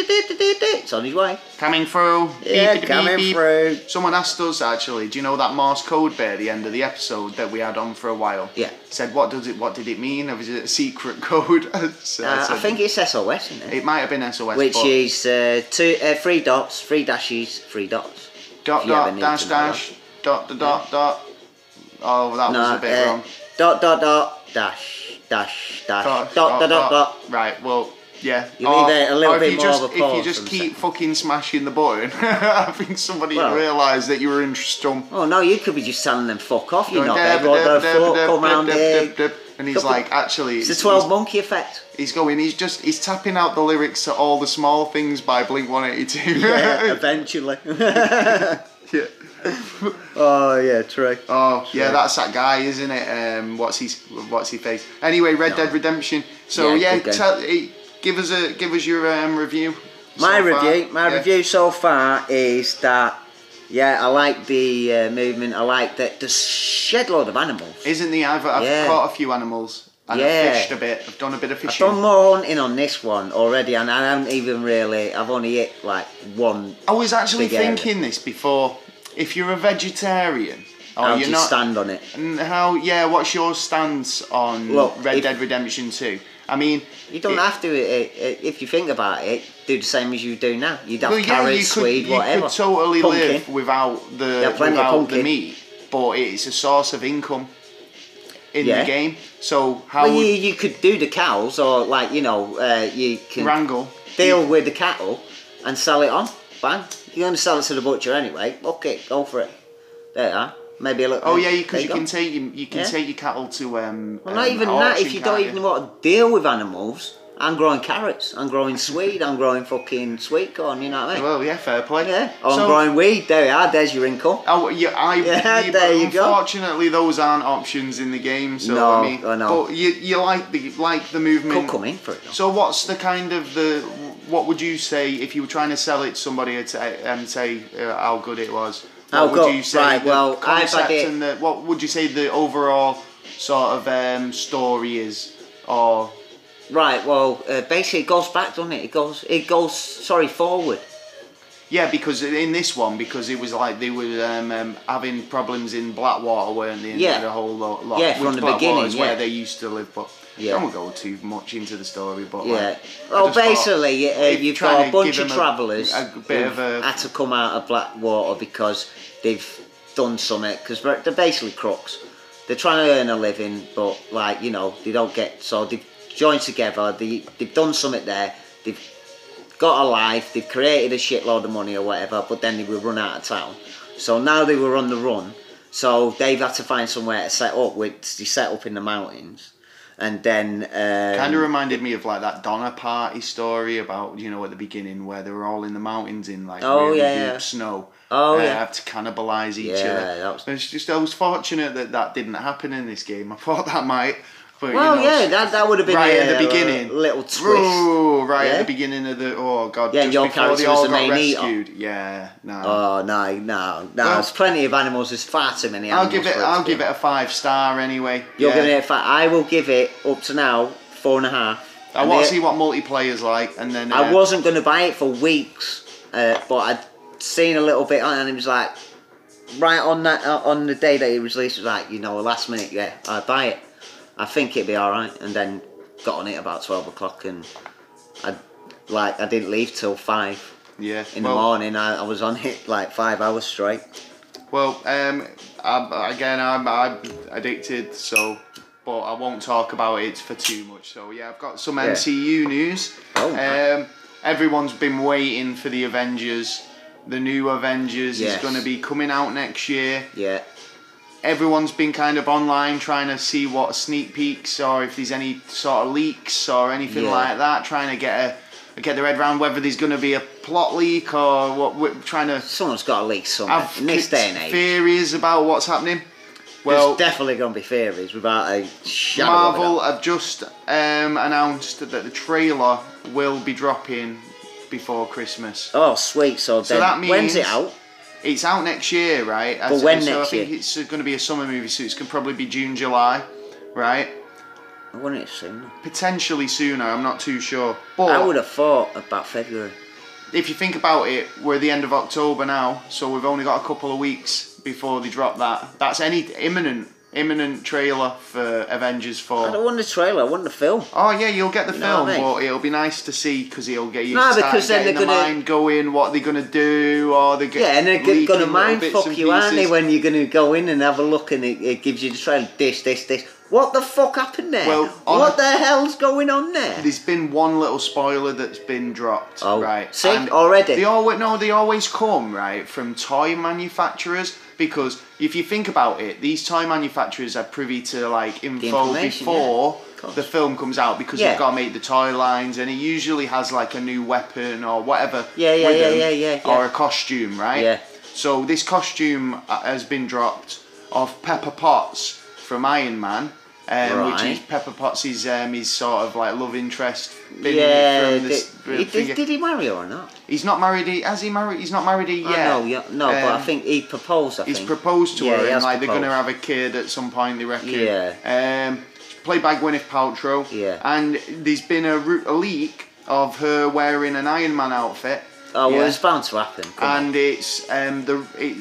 B: It's on his way.
A: coming through.
B: Yeah, coming through.
A: Someone asked us actually, do you know that Morse code bit at the end of the episode that we had on for a while?
B: Yeah.
A: Said what does it? What did it mean? Or was it a secret code? So
B: Uh, I
A: said-
B: think it's SOS, isn't it?
A: It might have been SOS.
B: Which
A: but
B: is uh, two, uh, three dots, three dashes, three dots.
A: dot
B: if you ever
A: dot
B: need
A: dash
B: to know that.
A: dash dot dot dot dot. Oh, that was a bit
B: uh,
A: wrong.
B: Dot, dot, dot, dash, dash, dash, dot, dot, dot, dot.
A: Right. Well. Yeah. Oh,
B: You leave it a little
A: or if
B: bit
A: you
B: more
A: just,
B: of a
A: If you
B: pause
A: just
B: for a
A: keep fucking smashing the button, I think somebody
B: Well-
A: realised that you were in stump.
B: Oh no, you could be just telling them fuck off, you
A: Going,
B: know.
A: "Dab,
B: They've got
A: dab,
B: their
A: dab,
B: foot,
A: dab,
B: come
A: dab,
B: round
A: dab,
B: here.
A: dab, dab. And he's
B: Couple-
A: like, actually,
B: It's the
A: he's-
B: 12 monkey effect.
A: he's- He's going. He's just. He's tapping out the lyrics to all the small things by Blink One Eighty Two.
B: eventually. oh yeah, true.
A: Oh yeah,
B: Sure.
A: that's that guy, isn't it? Um, what's his What's his face? Anyway, Red Dead Redemption. So yeah,
B: Yeah, good game.
A: tell, eh, give us a give us your um, review.
B: my
A: so far.
B: review, my
A: Yeah.
B: review so far is that yeah, I like the uh, movement. I like that the shed load of animals.
A: Isn't the I've, I've
B: Yeah.
A: caught a few animals and
B: Yeah.
A: I've fished a bit. I've done a bit of
B: I've
A: fishing.
B: done more hunting on this one already, and I haven't even really. I've only hit like one.
A: I was actually
B: Big area.
A: thinking this before. If you're a vegetarian, or
B: How do
A: Oh, you're
B: you
A: not,
B: stand on it?
A: and how yeah, what's your stance on
B: Look,
A: Red
B: if-
A: Dead Redemption Two? I mean,
B: You don't
A: it-
B: have to, uh, uh, if you think about it, do the same as you do now. You'd have
A: Well, yeah,
B: carrots,
A: you could,
B: swede,
A: you
B: whatever.
A: could totally
B: Pumpkin.
A: live without the
B: Yeah, plenty of
A: without the
B: pumpkin.
A: meat, but it's a source of income in
B: Yeah.
A: the game. So how
B: Well, you,
A: would
B: you could do the cows, or like you know, uh, you can
A: Wrangle?
B: deal with the cattle and sell it on. Bang! You're going to sell it to the butcher anyway. Okay, go for it. There you are. Maybe a little.
A: Oh yeah, because
B: there
A: you,
B: go.
A: can take your- you can
B: Yeah.
A: take your cattle to um.
B: Well, not
A: um,
B: even
A: an
B: that.
A: auction,
B: If you
A: can't
B: don't even want to deal with animals I'm growing carrots. I'm growing swede. I'm growing fucking sweet corn. You know what I mean?
A: Well, yeah, fair play.
B: yeah. Or I'm
A: So-
B: growing weed. There we are. There's your income.
A: Oh, yeah, I,
B: Yeah,
A: yeah,
B: there you go.
A: Unfortunately, those aren't options in the game. So
B: No,
A: I mean,
B: I know.
A: but you, you like the like the movement.
B: Could come in for it. Though.
A: So what's the kind of the what would you say if you were trying to sell it to somebody and t- and say uh, how good it was? What
B: How
A: would
B: good,
A: you say
B: Oh, right,
A: the
B: well, I've had
A: concept
B: it-
A: and the, what would you say the overall sort of um, story is or
B: Right. Well, uh, basically, it goes back, doesn't it? It goes. It goes. Sorry, forward.
A: yeah because in this one because it was like they were um, um, having problems in Blackwater weren't they and
B: Yeah.
A: they had a whole lot, lot
B: Yeah, from
A: which
B: the
A: Blackwater
B: beginning,
A: is
B: yeah.
A: where they used to live but
B: Yeah.
A: don't go too much into the story but
B: Yeah.
A: like, I
B: Well,
A: just thought-
B: basically, uh,
A: if
B: you've
A: trying
B: got
A: to
B: a bunch
A: give
B: of
A: them a-
B: travellers
A: a bit of a-
B: who've had to come out of Blackwater because they've done something because they're they're basically crooks. They're trying to earn a living, but like you know, they don't get so they've joined together. They they've done something there. They've got a life. They've created a shitload of money or whatever, but then they were run out of town. So now they were on the run. So they've had to find somewhere to set up. Which they set up in the mountains, and then um,
A: Kind of reminded me of like that Donna Party story about you know at the beginning where they were all in the mountains in like
B: Oh,
A: really
B: yeah,
A: deep
B: yeah.
A: snow.
B: Oh,
A: uh,
B: yeah.
A: have to cannibalise each
B: Yeah,
A: other.
B: that was-
A: And It's just I was fortunate that that didn't happen in this game. I thought that might. But,
B: Well,
A: you know,
B: yeah, that, that would have been
A: right
B: a,
A: at the beginning.
B: a little twist.
A: Ooh, right
B: Yeah.
A: at the beginning of the oh god,
B: Yeah,
A: just
B: your
A: before they
B: character was
A: all
B: the
A: got
B: main eater.
A: rescued. Yeah, no.
B: Oh no, no, no!
A: Well-
B: there's plenty of animals. There's far too many. Animals
A: I'll give it.
B: for to
A: I'll
B: be.
A: give it a five star anyway.
B: You're
A: yeah.
B: gonna. In fact, I will give it up to now four and a half.
A: I
B: And
A: want to
B: it-
A: see what multiplayer's like, and then
B: I
A: uh,
B: wasn't gonna buy it for weeks, uh, but I'd seen a little bit on, it and it was like, right on that uh, on the day that it was released, it was like, you know, last minute, yeah, I buy it. I think it'd be all right, and then got on it about twelve o'clock, and I like I didn't leave till five.
A: yeah
B: in
A: well,
B: the morning. I, I was on it like five hours straight.
A: Well, um, I'm, again, I'm, I'm addicted, so but I won't talk about it for too much. So yeah, I've got some MCU news.
B: Oh.
A: Um, everyone's been waiting for the Avengers. The new Avengers
B: Yes.
A: is going to be coming out next year.
B: Yeah,
A: Everyone's been kind of online trying to see what sneak peeks or if there's any sort of leaks or anything
B: Yeah.
A: like that. Trying to get a get their head around whether there's going to be a plot leak or what. We're trying to
B: someone's got to leak something
A: have
B: in this day and age.
A: theories about what's happening. Well,
B: There's definitely going to be theories without a shadow. of a
A: Marvel
B: doubt.
A: have just um, announced that the trailer will be dropping before Christmas.
B: Oh, sweet. So, then,
A: that
B: when's it
A: means-
B: out?
A: It's out next year, right?
B: But
A: so,
B: when
A: so
B: next
A: I think
B: year?
A: it's going to be a summer movie, so it's going to probably be June, July, right?
B: I wouldn't have seen.
A: Potentially sooner. I'm not too sure. But
B: I would have thought about February.
A: if you think about it, we're at the end of October now, so we've only got a couple of weeks before they drop that. That's any imminent, imminent trailer for Avengers Four.
B: I don't want the trailer. I want the film.
A: Oh yeah, you'll get the
B: You know
A: film,
B: what I mean?
A: but it'll be nice to see because it'll get you
B: No,
A: start
B: because then
A: getting
B: they're
A: the
B: gonna-
A: mind going, what they're gonna do, or they get
B: Yeah, and they're
A: leaking
B: going to
A: little
B: mind
A: bits
B: fuck
A: and
B: you, aren't they?
A: pieces.
B: When you're going to go in and have a look, and it, it gives you the trailer. This, this, this. What the fuck happened there?
A: Well, on
B: what
A: a-
B: the hell's going on there?
A: There's been one little spoiler that's been dropped,
B: Oh,
A: right?
B: see, already.
A: They always no, they always come right from toy manufacturers because if you think about it, these toy manufacturers are privy to like info
B: information,
A: before
B: yeah, of course.
A: the film comes out because
B: Yeah.
A: they've got to make the toy lines, and it usually has like a new weapon or whatever.
B: Yeah, yeah,
A: with
B: yeah,
A: them,
B: yeah, yeah, yeah.
A: Or a costume, right?
B: Yeah.
A: So this costume uh, has been dropped of Pepper Potts from Iron Man. Um, Which is
B: Right.
A: Pepper Potts' um, his sort of like love interest been
B: yeah,
A: from this-
B: did, he-
A: figure.
B: did, did he marry her or not?
A: He's not married. He, has he married? He's not married. He, yet.
B: Oh, no, yeah, no, but I
A: Um,
B: think he proposed. I
A: he's
B: think
A: proposed to
B: Yeah,
A: her,
B: he
A: and
B: has
A: like they're gonna
B: proposed.
A: have a kid at some point. They reckon.
B: Yeah.
A: Um, played by Gwyneth Paltrow.
B: Yeah.
A: And there's been a, ru- a leak of her wearing an Iron Man outfit.
B: Oh,
A: Yeah.
B: well, it's bound to happen. come on.
A: and it's um the it,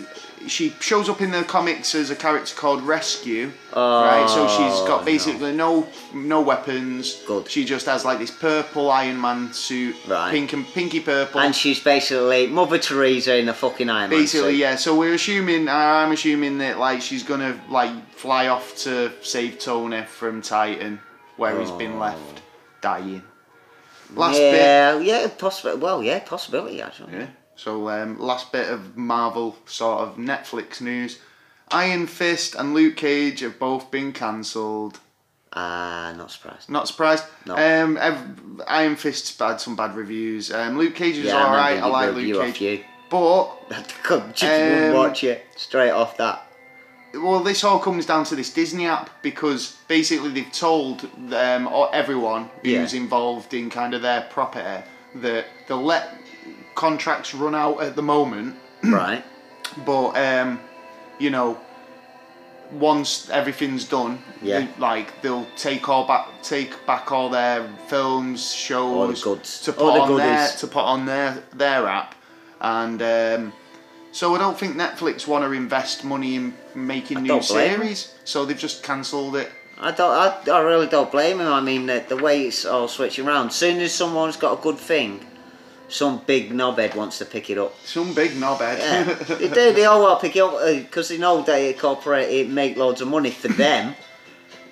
A: she shows up in the comics as a character called Rescue, right? So she's
B: Oh,
A: got basically no no, weapons.
B: Good.
A: She just has like this purple Iron Man suit,
B: Right.
A: pink and pinky purple.
B: and she's basically Mother Teresa in a fucking Iron Man
A: Basically,
B: suit.
A: yeah. So we're assuming, I'm assuming that like she's gonna like fly off to save Tony from Titan, where he's been left dying. Last bit.
B: Oh. yeah, yeah, possibly. Well, yeah, possibility actually.
A: Yeah. So um, last bit of Marvel sort of Netflix news: Iron Fist and Luke Cage have both been cancelled.
B: Ah, not surprised.
A: Not surprised.
B: No.
A: Um, ev- Iron Fist's bad, some bad reviews. Um, Luke Cage is
B: Yeah, I
A: alright. I,
B: remember
A: like
B: your review
A: Luke
B: off
A: Cage.
B: you.
A: But,
B: Come, just wouldn't
A: Um,
B: watch it straight off that.
A: well, this all comes down to this Disney app because basically they've told um, or everyone who's
B: Yeah.
A: involved in kind of their property that they'll let contracts run out at the moment,
B: right.
A: but, um, you know, once everything's done,
B: Yeah.
A: they- like they'll take all back, take back all their films, shows,
B: All the goods.
A: to put
B: All the
A: on their
B: goodies.
A: to put on their their app, and um, so I don't think Netflix want to invest money in making new
B: don't blame 'em.
A: series, so they've just cancelled it.
B: I don't. I, I really don't blame him. I mean, the, the way it's all switching around. Soon as someone's got a good thing, some big knobhead wants to pick it up.
A: Some big knobhead.
B: Yeah, they do. They all want to pick it up because they know they corporate it make loads of money for them,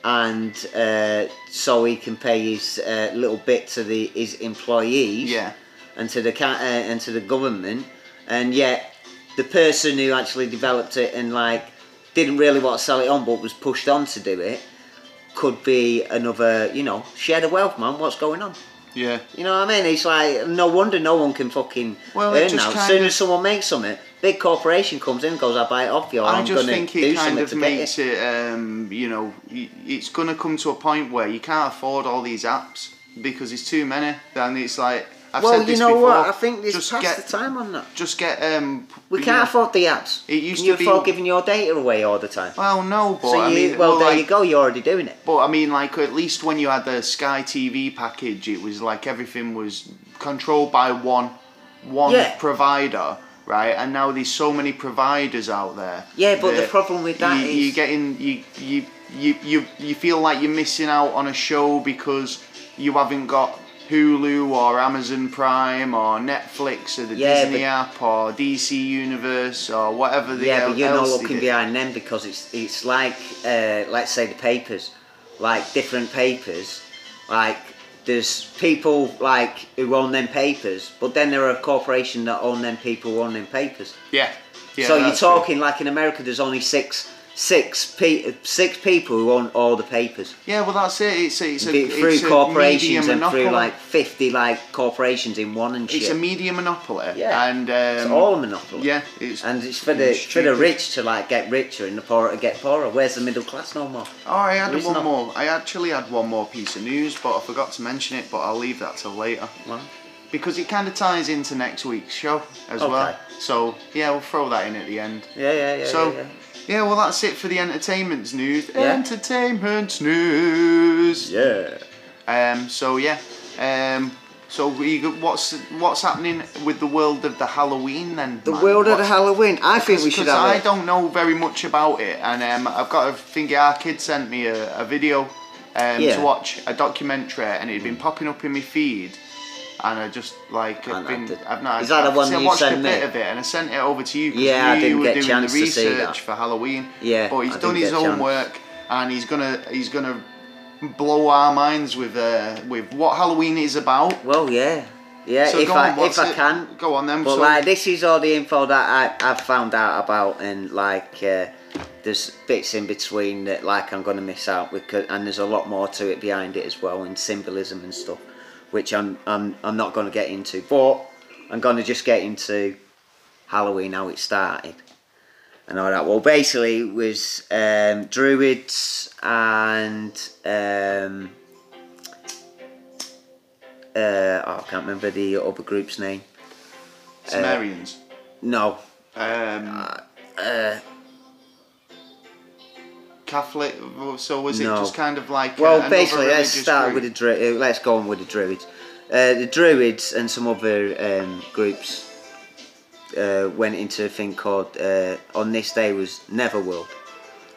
B: and uh, so he can pay his uh, little bit to the his employees
A: yeah.
B: and to the ca- uh, and to the government, and yet the person who actually developed it and like didn't really want to sell it on, but was pushed on to do it, could be another you know share the wealth, man. What's going on?
A: Yeah.
B: You know what I mean? It's like no wonder no one can fucking
A: Well, it
B: earn
A: just
B: now. As
A: kind
B: soon
A: of-
B: as someone makes something, big corporation comes in, and goes, "I buy it off you." Or
A: I
B: I'm
A: just
B: gonna
A: think
B: do
A: it kind
B: something
A: of
B: to
A: makes
B: get
A: it, um, you know, y- it's going to come to a point where you can't afford all these apps because it's too many. And it's like, I've
B: Well,
A: said
B: you
A: this
B: know
A: before,
B: what? I think it's
A: just
B: past
A: get,
B: the time on that.
A: Just get, um,
B: We
A: you
B: can't
A: know-
B: afford the apps.
A: It used
B: you
A: to be-
B: afford giving your data away all the time.
A: Well, no, but
B: so you,
A: I mean,
B: well,
A: well,
B: there
A: like,
B: you go. You're already doing it.
A: But I mean, like at least when you had the Sky TV package, it was like everything was controlled by one, one
B: Yeah.
A: provider, right? And now there's so many providers out there.
B: Yeah, but the
A: that
B: problem with that
A: you, you're
B: is-
A: getting you you you you you feel like you're missing out on a show because you haven't got. Hulu or Amazon Prime or Netflix or the
B: Yeah,
A: Disney
B: but-
A: app or DC Universe or whatever the
B: Yeah,
A: hell
B: but you're not
A: else they
B: looking
A: did.
B: behind them because it's it's like uh, let's say the papers, like different papers, like there's people like who own them papers, but then there are a corporation that own them people who own them papers.
A: Yeah, yeah.
B: so you're
A: that's true.
B: talking like in America, there's only six six pe- six people who own all the papers
A: Yeah, well, that's it. It's a, it's a,
B: Be- through
A: it's a media
B: corporations and
A: monopoly.
B: through like fifty like corporations in one and shit.
A: it's a media monopoly.
B: Yeah.
A: and um,
B: it's all monopoly.
A: yeah, it's
B: And it's for the for
A: stupid.
B: the rich to like get richer and the poor to get poorer. Where's the middle class no more?
A: Oh, I had
B: There is
A: one
B: not-
A: more. I actually had one more piece of news, but I forgot to mention it. But I'll leave that till later
B: Well,
A: because it kind of ties into next week's show as
B: Okay.
A: well. So yeah, we'll throw that in at the end.
B: yeah, yeah, yeah.
A: so.
B: yeah, yeah.
A: well, that's it for the entertainment's news.
B: Yeah.
A: Entertainment's news.
B: Yeah.
A: Um, so yeah. Um, so we, got- what's what's happening with the world of the Halloween then?
B: The
A: man?
B: world of
A: What's-
B: Halloween. I think we should
A: Because I
B: have. a-
A: don't know very much about it, and um, I've got a thing. Our kid sent me a, a video um,
B: Yeah.
A: to watch a documentary, and it had been popping up in my feed, and I just like I've
B: And I
A: been,
B: did-
A: I've not.
B: Is that the
A: I've
B: one
A: seen-
B: you
A: watched a
B: sent me?
A: bit of it, and I sent it over to you. 'cause
B: Yeah, I
A: you
B: didn't
A: were
B: get a
A: doing
B: chance
A: the
B: to
A: research
B: see that.
A: for Halloween.
B: Yeah,
A: but he's
B: I
A: done
B: didn't
A: his
B: get a
A: own
B: chance.
A: work, and he's gonna he's gonna blow our minds with uh, with what Halloween is about.
B: Well, yeah, yeah.
A: So
B: if
A: go
B: I
A: on, what's
B: if I
A: it?
B: can,
A: go on then.
B: But
A: so,
B: like, this is all the info that I, I've found out about, and like, uh, there's bits in between that like I'm gonna miss out because, and there's a lot more to it behind it as well, and symbolism and stuff, which I'm I'm I'm not gonna get into, but I'm gonna just get into Halloween how it started and all that. Well, basically, it was um, druids and um, uh, oh, I can't remember the other group's name. uh,
A: Sumerians.
B: No,
A: Um, Catholic. So was it
B: No.
A: just kind of like uh,
B: Well,
A: another
B: basically, let's
A: religious
B: start
A: group?
B: with the Dru- uh, let's go on with the Druids. Uh, the Druids and some other um, groups uh, went into a thing called uh, on this day was Neverworld.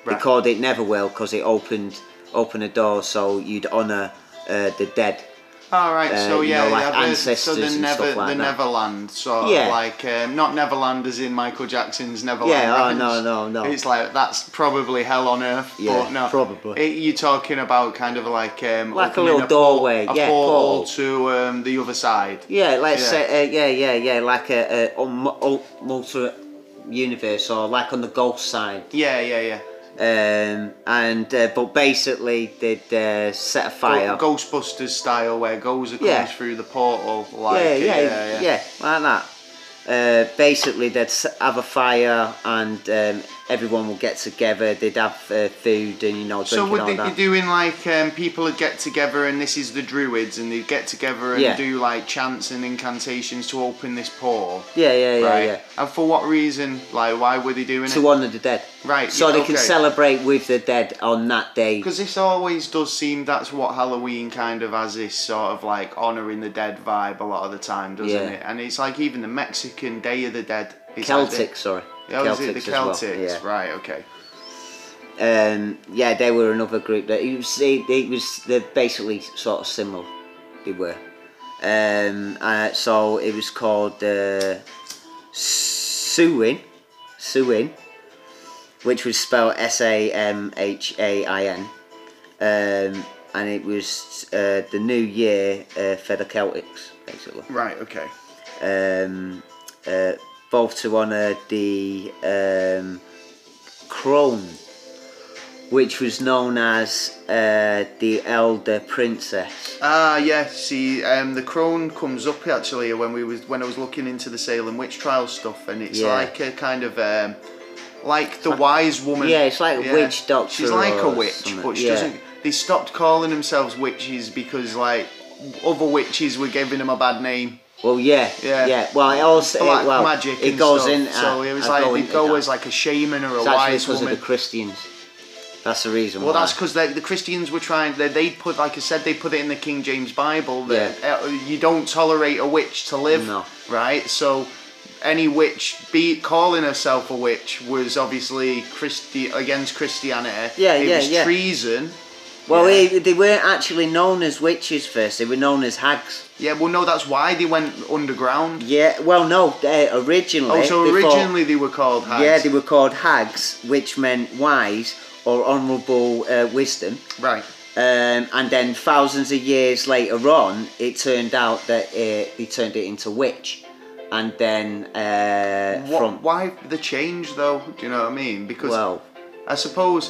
B: They
A: Right.
B: called it Neverworld because it opened opened a door so you'd honour uh, the dead.
A: All right.
B: uh,
A: so
B: you
A: yeah,
B: know, like
A: yeah, but- so
B: ancestors
A: the
B: and stuff like
A: the
B: that.
A: Neverland. So
B: Yeah.
A: like um, not Neverland as in Michael Jackson's Neverland.
B: Yeah, oh,
A: right?
B: no, no, no.
A: It's like that's probably hell on earth.
B: Yeah,
A: but no,
B: probably.
A: It, you're talking about kind of like um,
B: Like a
A: opening
B: little
A: por-
B: doorway,
A: a
B: yeah,
A: portal
B: portal.
A: to um, the other side.
B: Yeah, let's
A: Yeah.
B: say uh, yeah, yeah, yeah, like a, a, a multi universe or like on the ghost side.
A: Yeah, yeah, yeah.
B: Um, and uh, but basically, they'd uh, set a fire.
A: Ghostbusters style, where Gozer comes
B: Yeah.
A: through the portal. Like,
B: yeah, yeah, yeah, like that. Uh, basically, they'd s- have a fire and um, everyone would get together. They'd have uh, food and you know drinking
A: So would
B: all
A: they
B: that.
A: be doing like um, people would get together and this is the druids and they'd get together and
B: Yeah.
A: do like chants and incantations to open this portal?
B: yeah, yeah, yeah,
A: right.
B: yeah.
A: And for what reason? Like why were they doing
B: To
A: it?
B: honour the dead.
A: Right,
B: So
A: yeah,
B: they can
A: okay.
B: celebrate with the dead on that day.
A: Because this always does seem that's what Halloween kind of has this sort of like honouring the dead vibe a lot of the time, doesn't
B: Yeah.
A: it? And it's like even the Mexican Day of the Dead. Is like the-
B: Celtic, sorry.
A: Oh, is it the Celtics?
B: As well.
A: Right. Okay.
B: Yeah. Um, yeah, they were another group that it was. It, it was. They're basically sort of similar. They were. Um, uh, so it was called uh, Suin, Suin, which was spelled S A M H A I N, um, and it was uh, the new year uh, for the Celtics, basically.
A: Right. Okay.
B: um, uh, both to honour the um, crone, which was known as uh, the Elder Princess.
A: Ah, yeah. See, um, the crone comes up actually when we was when I was looking into the Salem witch trial stuff, and it's
B: Yeah.
A: like a kind of um, like the wise woman.
B: Yeah, it's like a witch doctor
A: She's like a
B: or
A: witch,
B: something,
A: but she
B: yeah.
A: doesn't. They stopped calling themselves witches because like other witches were giving them a bad name.
B: Well, yeah,
A: Yeah.
B: yeah, Well, it also
A: Black
B: it, well,
A: magic.
B: it
A: and
B: goes
A: stuff.
B: in.
A: So
B: uh,
A: it was
B: I
A: like
B: go
A: they
B: into
A: go
B: that.
A: as like a shaman or a
B: It's actually
A: wise
B: because
A: woman.
B: of the Christians. That's the reason.
A: Well,
B: why.
A: that's because the Christians were trying. They, they put, like I said, they put it in the King James Bible that uh, you don't tolerate a witch to live.
B: No.
A: Right. So any witch, be it calling herself a witch, was obviously Christi against Christianity.
B: Yeah,
A: it
B: yeah,
A: was
B: yeah.
A: Treason.
B: well,
A: yeah.
B: they, they weren't actually known as witches first. They were known as hags.
A: Yeah. Well, no, that's why they went underground.
B: Yeah. Well, no. They, originally.
A: Oh, so
B: they thought-
A: originally they were called hags.
B: Yeah, they were called hags, which meant wise or honourable uh, wisdom.
A: right.
B: Um, and then thousands of years later on, it turned out that uh they turned it into witch. And then uh,
A: What,
B: from
A: Why the change though? Do you know what I mean? Because
B: well,
A: I suppose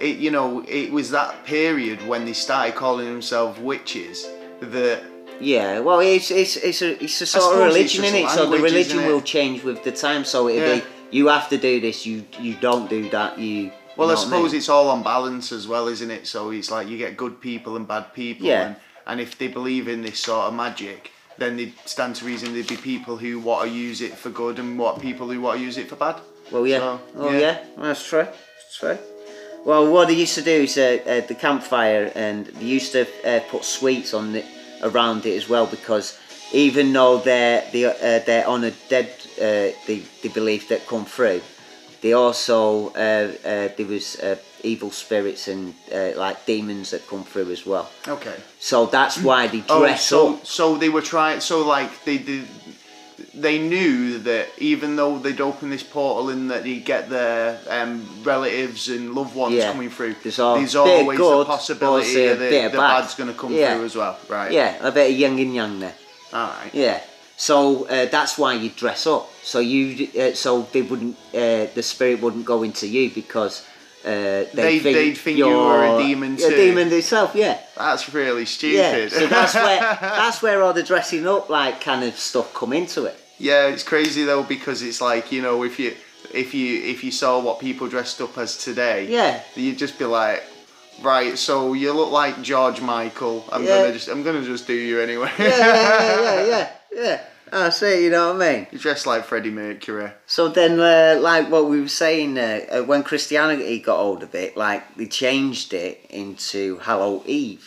A: it you know it was that period when they started calling themselves witches that
B: yeah, well, it's it's it's a it's a sort of
A: suppose it's
B: religion,
A: just
B: is it? So the
A: language,
B: religion
A: isn't it?
B: will change with the time. So it'll
A: Yeah.
B: be you have to do this. You you don't do that. You
A: well I
B: you know what
A: suppose
B: mean?
A: it's all on balance as well isn't it so it's like you get good people and bad people
B: Yeah.
A: and, and if they believe in this sort of magic then they stand to reason there'd be people who want to use it for good and what people who want to use it for bad
B: Well, yeah.
A: So,
B: well,
A: Oh, yeah.
B: yeah. That's true. That's true. Well, what they used to do is uh, uh, the campfire, and they used to uh, put sweets on it around it as well because even though they're they, uh, they're on a dead uh, the the belief that come through, they also uh, uh, there was uh, evil spirits and uh, like demons that come through as well.
A: okay
B: So that's why they dress
A: Oh, so,
B: up.
A: so they were trying. So like they did. They knew that even though they'd open this portal and that they'd get their um, relatives and loved ones
B: Yeah.
A: coming through,
B: There's al-
A: there's
B: bit of
A: always
B: good,
A: the
B: but
A: possibility
B: also a
A: that
B: bit of
A: the
B: bad.
A: bad's going to come
B: Yeah.
A: through as well, right?
B: Yeah, a bit of yin and yang there.
A: All right.
B: Yeah. So uh, that's why you dress up. So you, uh, so they wouldn't, uh, the spirit wouldn't go into you because uh, they
A: They'd-
B: think
A: they'd think you
B: you're,
A: were a demon too.
B: A demon themselves, yeah,
A: That's really
B: yeah.
A: stupid.
B: So that's where that's where all the dressing up like kind of stuff come into it.
A: Yeah, it's crazy though because it's like you know if you if you if you saw what people dressed up as today,
B: Yeah.
A: you'd just be like, right, so you look like George Michael. I'm
B: Yeah.
A: gonna just I'm gonna just do you anyway.
B: Yeah, yeah, yeah, yeah, yeah. yeah. I see. You know what I mean.
A: you dress like Freddie Mercury.
B: So then, uh, like what we were saying, uh, uh, when Christianity got hold of it, like they changed it into Hallow Eve,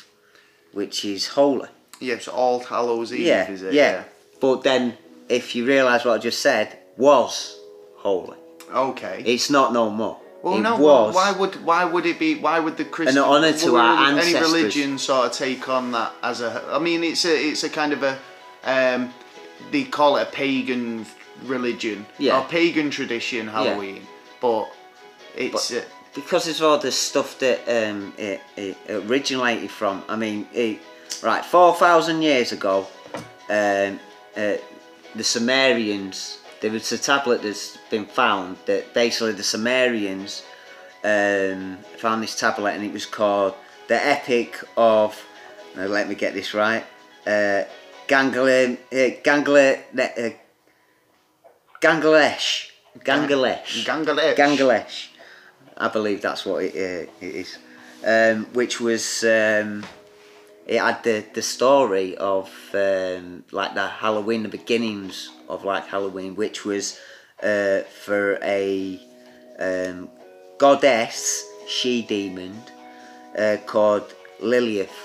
B: which is holy.
A: Yeah, it's All Hallows Eve,
B: yeah,
A: is it?
B: Yeah. But then, if you realise what I just said, was holy.
A: Yeah. Okay.
B: It's not no more.
A: well,
B: it
A: no.
B: was.
A: Why would why would it be? Why would the Christian
B: An honour to
A: why
B: our
A: would Any
B: ancestors.
A: religion sort of take on that as a. I mean, it's a it's a kind of a. Um, they call it a pagan religion
B: Yeah.
A: or pagan tradition Halloween, but it's uh
B: because it's all the stuff that um, it, it originated from. I mean, it, right, 4,000 years ago, um, uh, the Sumerians, there was a tablet that's been found that basically the Sumerians um, found this tablet and it was called the Epic of. Now let me get this right. Uh, Ganglion, uh, Gangler, uh, Gangalesh, Gangalesh,
A: Gangalesh.
B: Gangalesh. I believe that's what it, uh, it is. Um, which was um, it had the, the story of um, like the Halloween, the beginnings of like Halloween, which was uh, for a um, goddess, she demon, uh, called Lilith.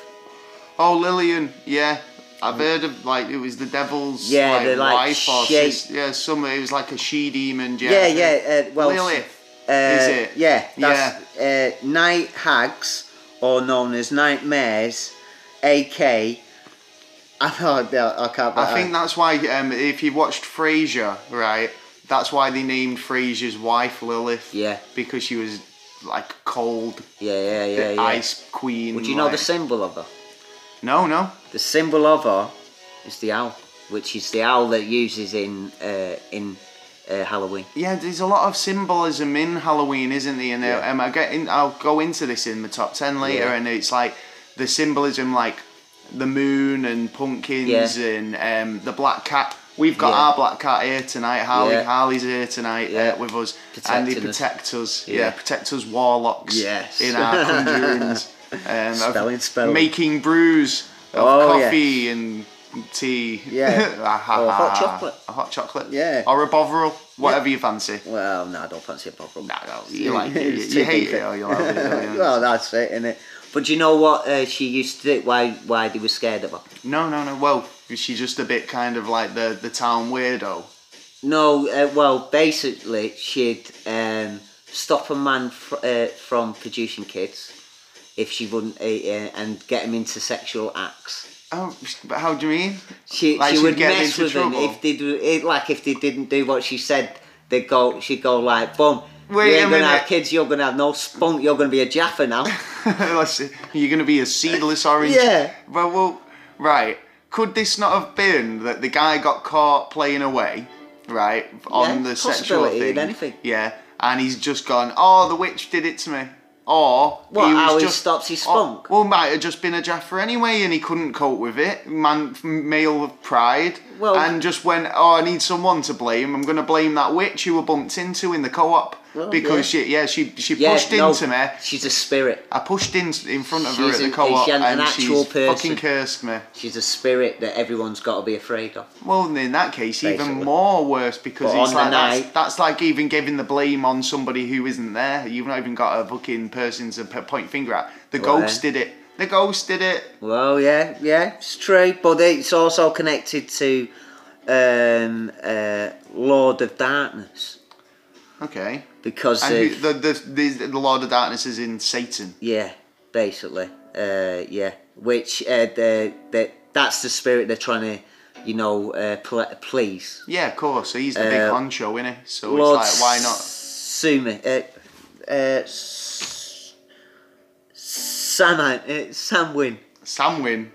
A: Oh, Lillian, yeah. I've heard of like it was the devil's
B: Yeah,
A: like,
B: the, like,
A: wife or
B: shape-
A: sis- yeah, some it was like a she demon.
B: Yeah, yeah. Uh, well,
A: Lilith,
B: Uh,
A: is it?
B: Yeah,
A: yeah.
B: that's, Uh, night hags, or known as nightmares, A.K. I thought I can't.
A: I think that's why um, if you watched Frasier, right, that's why they named Frasier's wife Lilith.
B: Yeah.
A: because she was like cold,
B: Yeah, yeah, yeah,
A: the
B: yeah.
A: ice queen.
B: Would you know the
A: like-
B: symbol of her?
A: No, no.
B: The symbol of her is the owl, which is the owl that uses in uh, in uh, Halloween.
A: Yeah, there's a lot of symbolism in Halloween, isn't there? And uh
B: Yeah.
A: um, I get in, I'll go into this in the top ten later,
B: Yeah.
A: and it's like the symbolism, like the moon and pumpkins
B: Yeah.
A: and um, the black cat. We've got
B: Yeah.
A: our black cat here tonight. Harley,
B: Yeah.
A: Harley's here tonight
B: Yeah.
A: uh, with us, and they
B: Protecting us.
A: protect us. Yeah.
B: Yeah.
A: protect us warlocks.
B: Yes.
A: in our conjurings, um,
B: Spelling,
A: of
B: spelling.
A: making brews of
B: Oh, yeah.
A: coffee and tea.
B: Yeah.
A: Ah, ha,
B: Or hot
A: ha.
B: chocolate.
A: A hot chocolate.
B: Yeah.
A: Or a bovril, whatever you fancy.
B: Well, no, I don't fancy a popcorn.
A: No, no, you like it.
B: It's
A: You
B: too
A: hate
B: deep.
A: it oh, or you love it, don't you?
B: well, that's it, innit? But do you know what uh, she used to do? Why, why they were scared of her?
A: No, no, no. Well, she's just a bit kind of like the, the town weirdo.
B: No, uh, well, basically, she'd um, stop a man fr- uh, from producing kids if she wouldn't, uh, uh, and get him into sexual acts.
A: Oh, but how do you mean?
B: She,
A: Like
B: she
A: she'd
B: would
A: get him
B: mess
A: into
B: with
A: trouble?
B: him if they do- it, like if they didn't do what she said. They'd go, she'd go like, "Boom,
A: Wait
B: you
A: a
B: ain't gonna
A: minute."
B: have kids. You're gonna have no spunk. You're gonna be a jaffer now."
A: Listen, You're going to be a seedless orange.
B: Yeah.
A: Well, well, right. Could this not have been that the guy got caught playing away, right, on
B: Yeah,
A: the sexual
B: possibility in
A: thing?
B: anything.
A: Yeah, and he's just gone. Oh, the witch did it to me. Or
B: What,
A: he was
B: how he
A: just,
B: stops his
A: or-
B: spunk?
A: well, might have just been a Jaffer anyway, and he couldn't cope with it. Man, male of pride,
B: Well-
A: and just went. Oh, I need someone to blame. I'm going to blame that witch you were bumped into in the co-op
B: Well,
A: because she, yeah, she she
B: Oh, Yeah,
A: pushed
B: no,
A: into me.
B: She's a spirit.
A: I pushed in in front of her
B: She's
A: at the
B: an-
A: co-op
B: she's an
A: and
B: actual
A: she's
B: person.
A: fucking cursed me.
B: She's a spirit that everyone's got to be afraid of.
A: Well, in that case, even
B: Basically.
A: more worse because
B: But
A: it's
B: on the
A: like that's,
B: night-
A: that's like even giving the blame on somebody who isn't there. You've not even got a fucking person to p- point finger at. The
B: Well,
A: ghost
B: eh?
A: did it. The ghost did it.
B: Well, yeah, yeah, it's true, but it's also connected to um, uh, Lord of Darkness
A: Okay.
B: because
A: And
B: of,
A: who, the, the the the Lord of Darkness is in Satan.
B: yeah, basically, uh, yeah, which uh, the, the, that's the spirit they're trying to, you know, uh, pl- please.
A: Yeah, of course. He's the big
B: Uh,
A: honcho, innit? So
B: Lord
A: it's like, why not?
B: Sumi, uh, uh, S- Sam, uh, Samwin.
A: Samwin.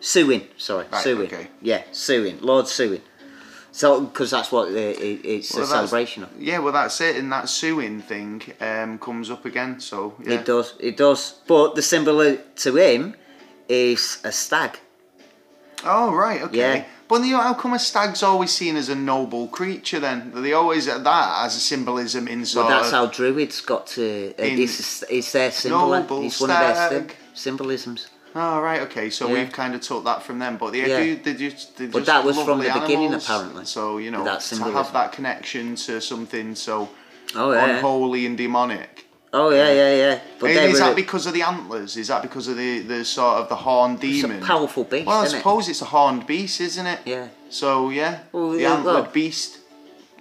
B: Suing, sorry,
A: Right,
B: suing.
A: okay.
B: Yeah, suing, Lord suing. So, because that's what the, it, it's
A: Well,
B: a
A: that's-
B: celebration of.
A: Yeah, well, that's it. And that suing thing um, comes up again. So yeah.
B: It does, it does. But the symbol to him is a stag.
A: Oh right, okay.
B: Yeah.
A: But you know, how come a stag's always seen as a noble creature? Then they always at that as a symbolism in
B: But
A: sort
B: that's
A: of.
B: how druids got to. Uh,
A: uh, In-
B: it's, it's their symbol. eh?
A: Noble
B: It's one of their sym-
A: stag.
B: symbolisms.
A: Oh right, okay. So
B: Yeah.
A: we've kind of took that from them, but they
B: Yeah.
A: do. They just, they
B: But
A: just
B: that was from
A: lovely
B: the beginning,
A: animals,
B: apparently,
A: So you know,
B: that
A: to have
B: symbolism.
A: that connection to something so
B: Oh, yeah.
A: unholy and demonic.
B: oh, yeah, yeah, yeah. But
A: Is,
B: they were,
A: that because of the antlers? Is that because of the, the sort of the horned
B: it's
A: demon?
B: a powerful beast,
A: well, I
B: isn't
A: suppose it's a horned beast, isn't it?
B: it? Yeah.
A: So yeah,
B: Well,
A: the
B: yeah,
A: antlered
B: well,
A: beast.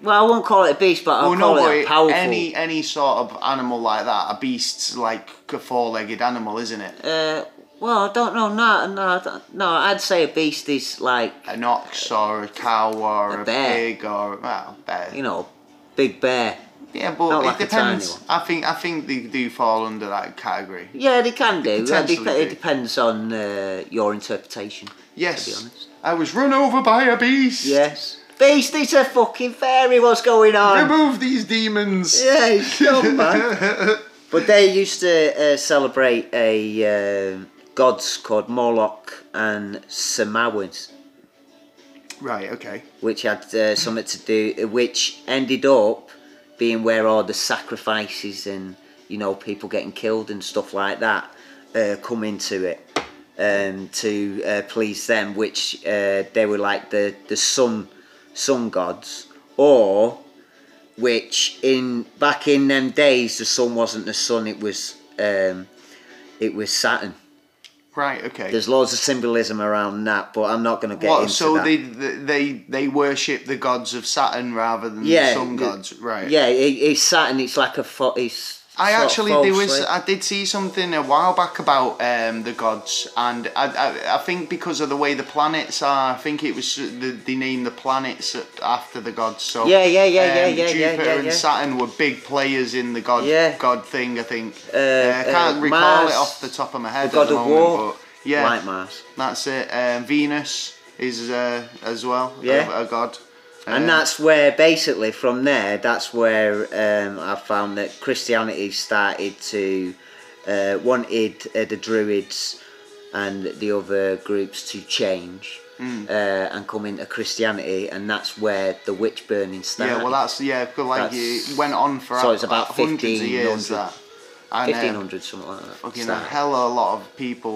B: Well, I won't call it a beast, but I'll
A: Well, no,
B: call
A: but
B: it a powerful.
A: any any sort of animal like that, a beast's like a four-legged animal, isn't it?
B: Uh, well, I don't know. No, no, I don't- no. I'd say a beast is like
A: An ox or a cow or a,
B: A bear.
A: pig or well, a bear.
B: you know, big bear.
A: yeah, but
B: not
A: it
B: like a tiny
A: depends. I think I think they do fall under that category.
B: Yeah, they can do. It, dep-
A: Potentially do.
B: it depends on uh, your interpretation.
A: Yes,
B: honest.
A: I was run over by a beast.
B: Yes, beast is a fucking fairy. What's going on?
A: remove these demons.
B: Yeah, it's dumb, man. But they used to uh, celebrate a um gods called Moloch and Samawid,
A: Right, okay.
B: which had uh, something to do, which ended up being where all the sacrifices and you know people getting killed and stuff like that uh, come into it um, to uh, please them, which uh, they were like the the sun sun gods or which in back in them days the sun wasn't the sun it was um, it was Saturn.
A: Right, okay.
B: There's loads of symbolism around that, but I'm not going to get
A: what?
B: into
A: So
B: that.
A: they they they worship the gods of Saturn rather than
B: Yeah,
A: the sun
B: the-
A: gods, right?
B: yeah, it, it's Saturn. It's like a fo- it's.
A: I
B: sort of
A: actually there was
B: falsely-
A: I did see something a while back about um, the gods, and I, I I think because of the way the planets are, I think it was uh, the, they named the planets after the gods. So um,
B: Yeah, yeah, yeah, yeah, yeah, yeah,
A: Jupiter
B: yeah,
A: and
B: yeah.
A: Saturn were big players in the god
B: Yeah.
A: god thing. I think
B: Uh,
A: I can't
B: uh,
A: recall
B: Mars,
A: it off the top of my head.
B: the god
A: at the
B: of
A: moment,
B: war,
A: but yeah,
B: Like Mars,
A: that's it. Um, Venus is uh, as well a-
B: Yeah.
A: a, god, Um,
B: and that's where basically from there, that's where um, I found that Christianity started to uh, wanted uh, the Druids and the other groups to change.
A: Hmm.
B: Uh, and come into Christianity, and that's where the witch burning started.
A: Yeah, well, that's yeah, 'cause, like
B: That's-
A: it went on for
B: so it's about
A: hundreds of years
B: 1500.
A: that. And,
B: fifteen
A: um,
B: hundred something like that.
A: fucking a
B: started.
A: hell of a lot of people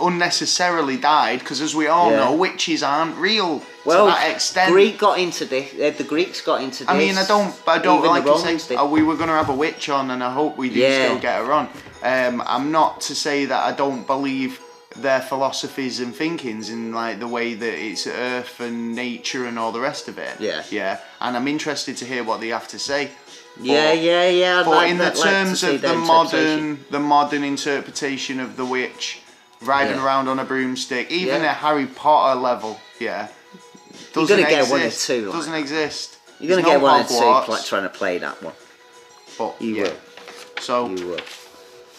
A: unnecessarily died because, as we all
B: Yeah.
A: know, witches aren't real
B: Well,
A: to that extent.
B: Greek got into this. Uh, the Greeks got into this.
A: I mean, I don't, I don't
B: Even
A: like
B: the
A: to
B: Romans
A: say
B: did.
A: uh, we were gonna have a witch on, and I hope we do
B: Yeah.
A: still get her on. Um, I'm not to say that I don't believe their philosophies and thinkings in like the way that it's Earth and nature and all the rest of it.
B: Yeah.
A: yeah. And I'm interested to hear what they have to say. But-
B: yeah, yeah, yeah. I'd
A: but
B: like,
A: in the
B: I'd like to
A: terms
B: see
A: of the
B: their interpretation.
A: modern, the modern interpretation of the witch riding
B: Yeah.
A: around on a broomstick, even
B: Yeah.
A: at Harry Potter level, yeah,
B: You're
A: doesn't
B: gonna get one or
A: exist,
B: two like
A: doesn't exist.
B: you're gonna
A: There's
B: get
A: no
B: one or
A: Hogwarts,
B: two like, trying to play that one.
A: but,
B: You
A: yeah.
B: will.
A: So,
B: You will.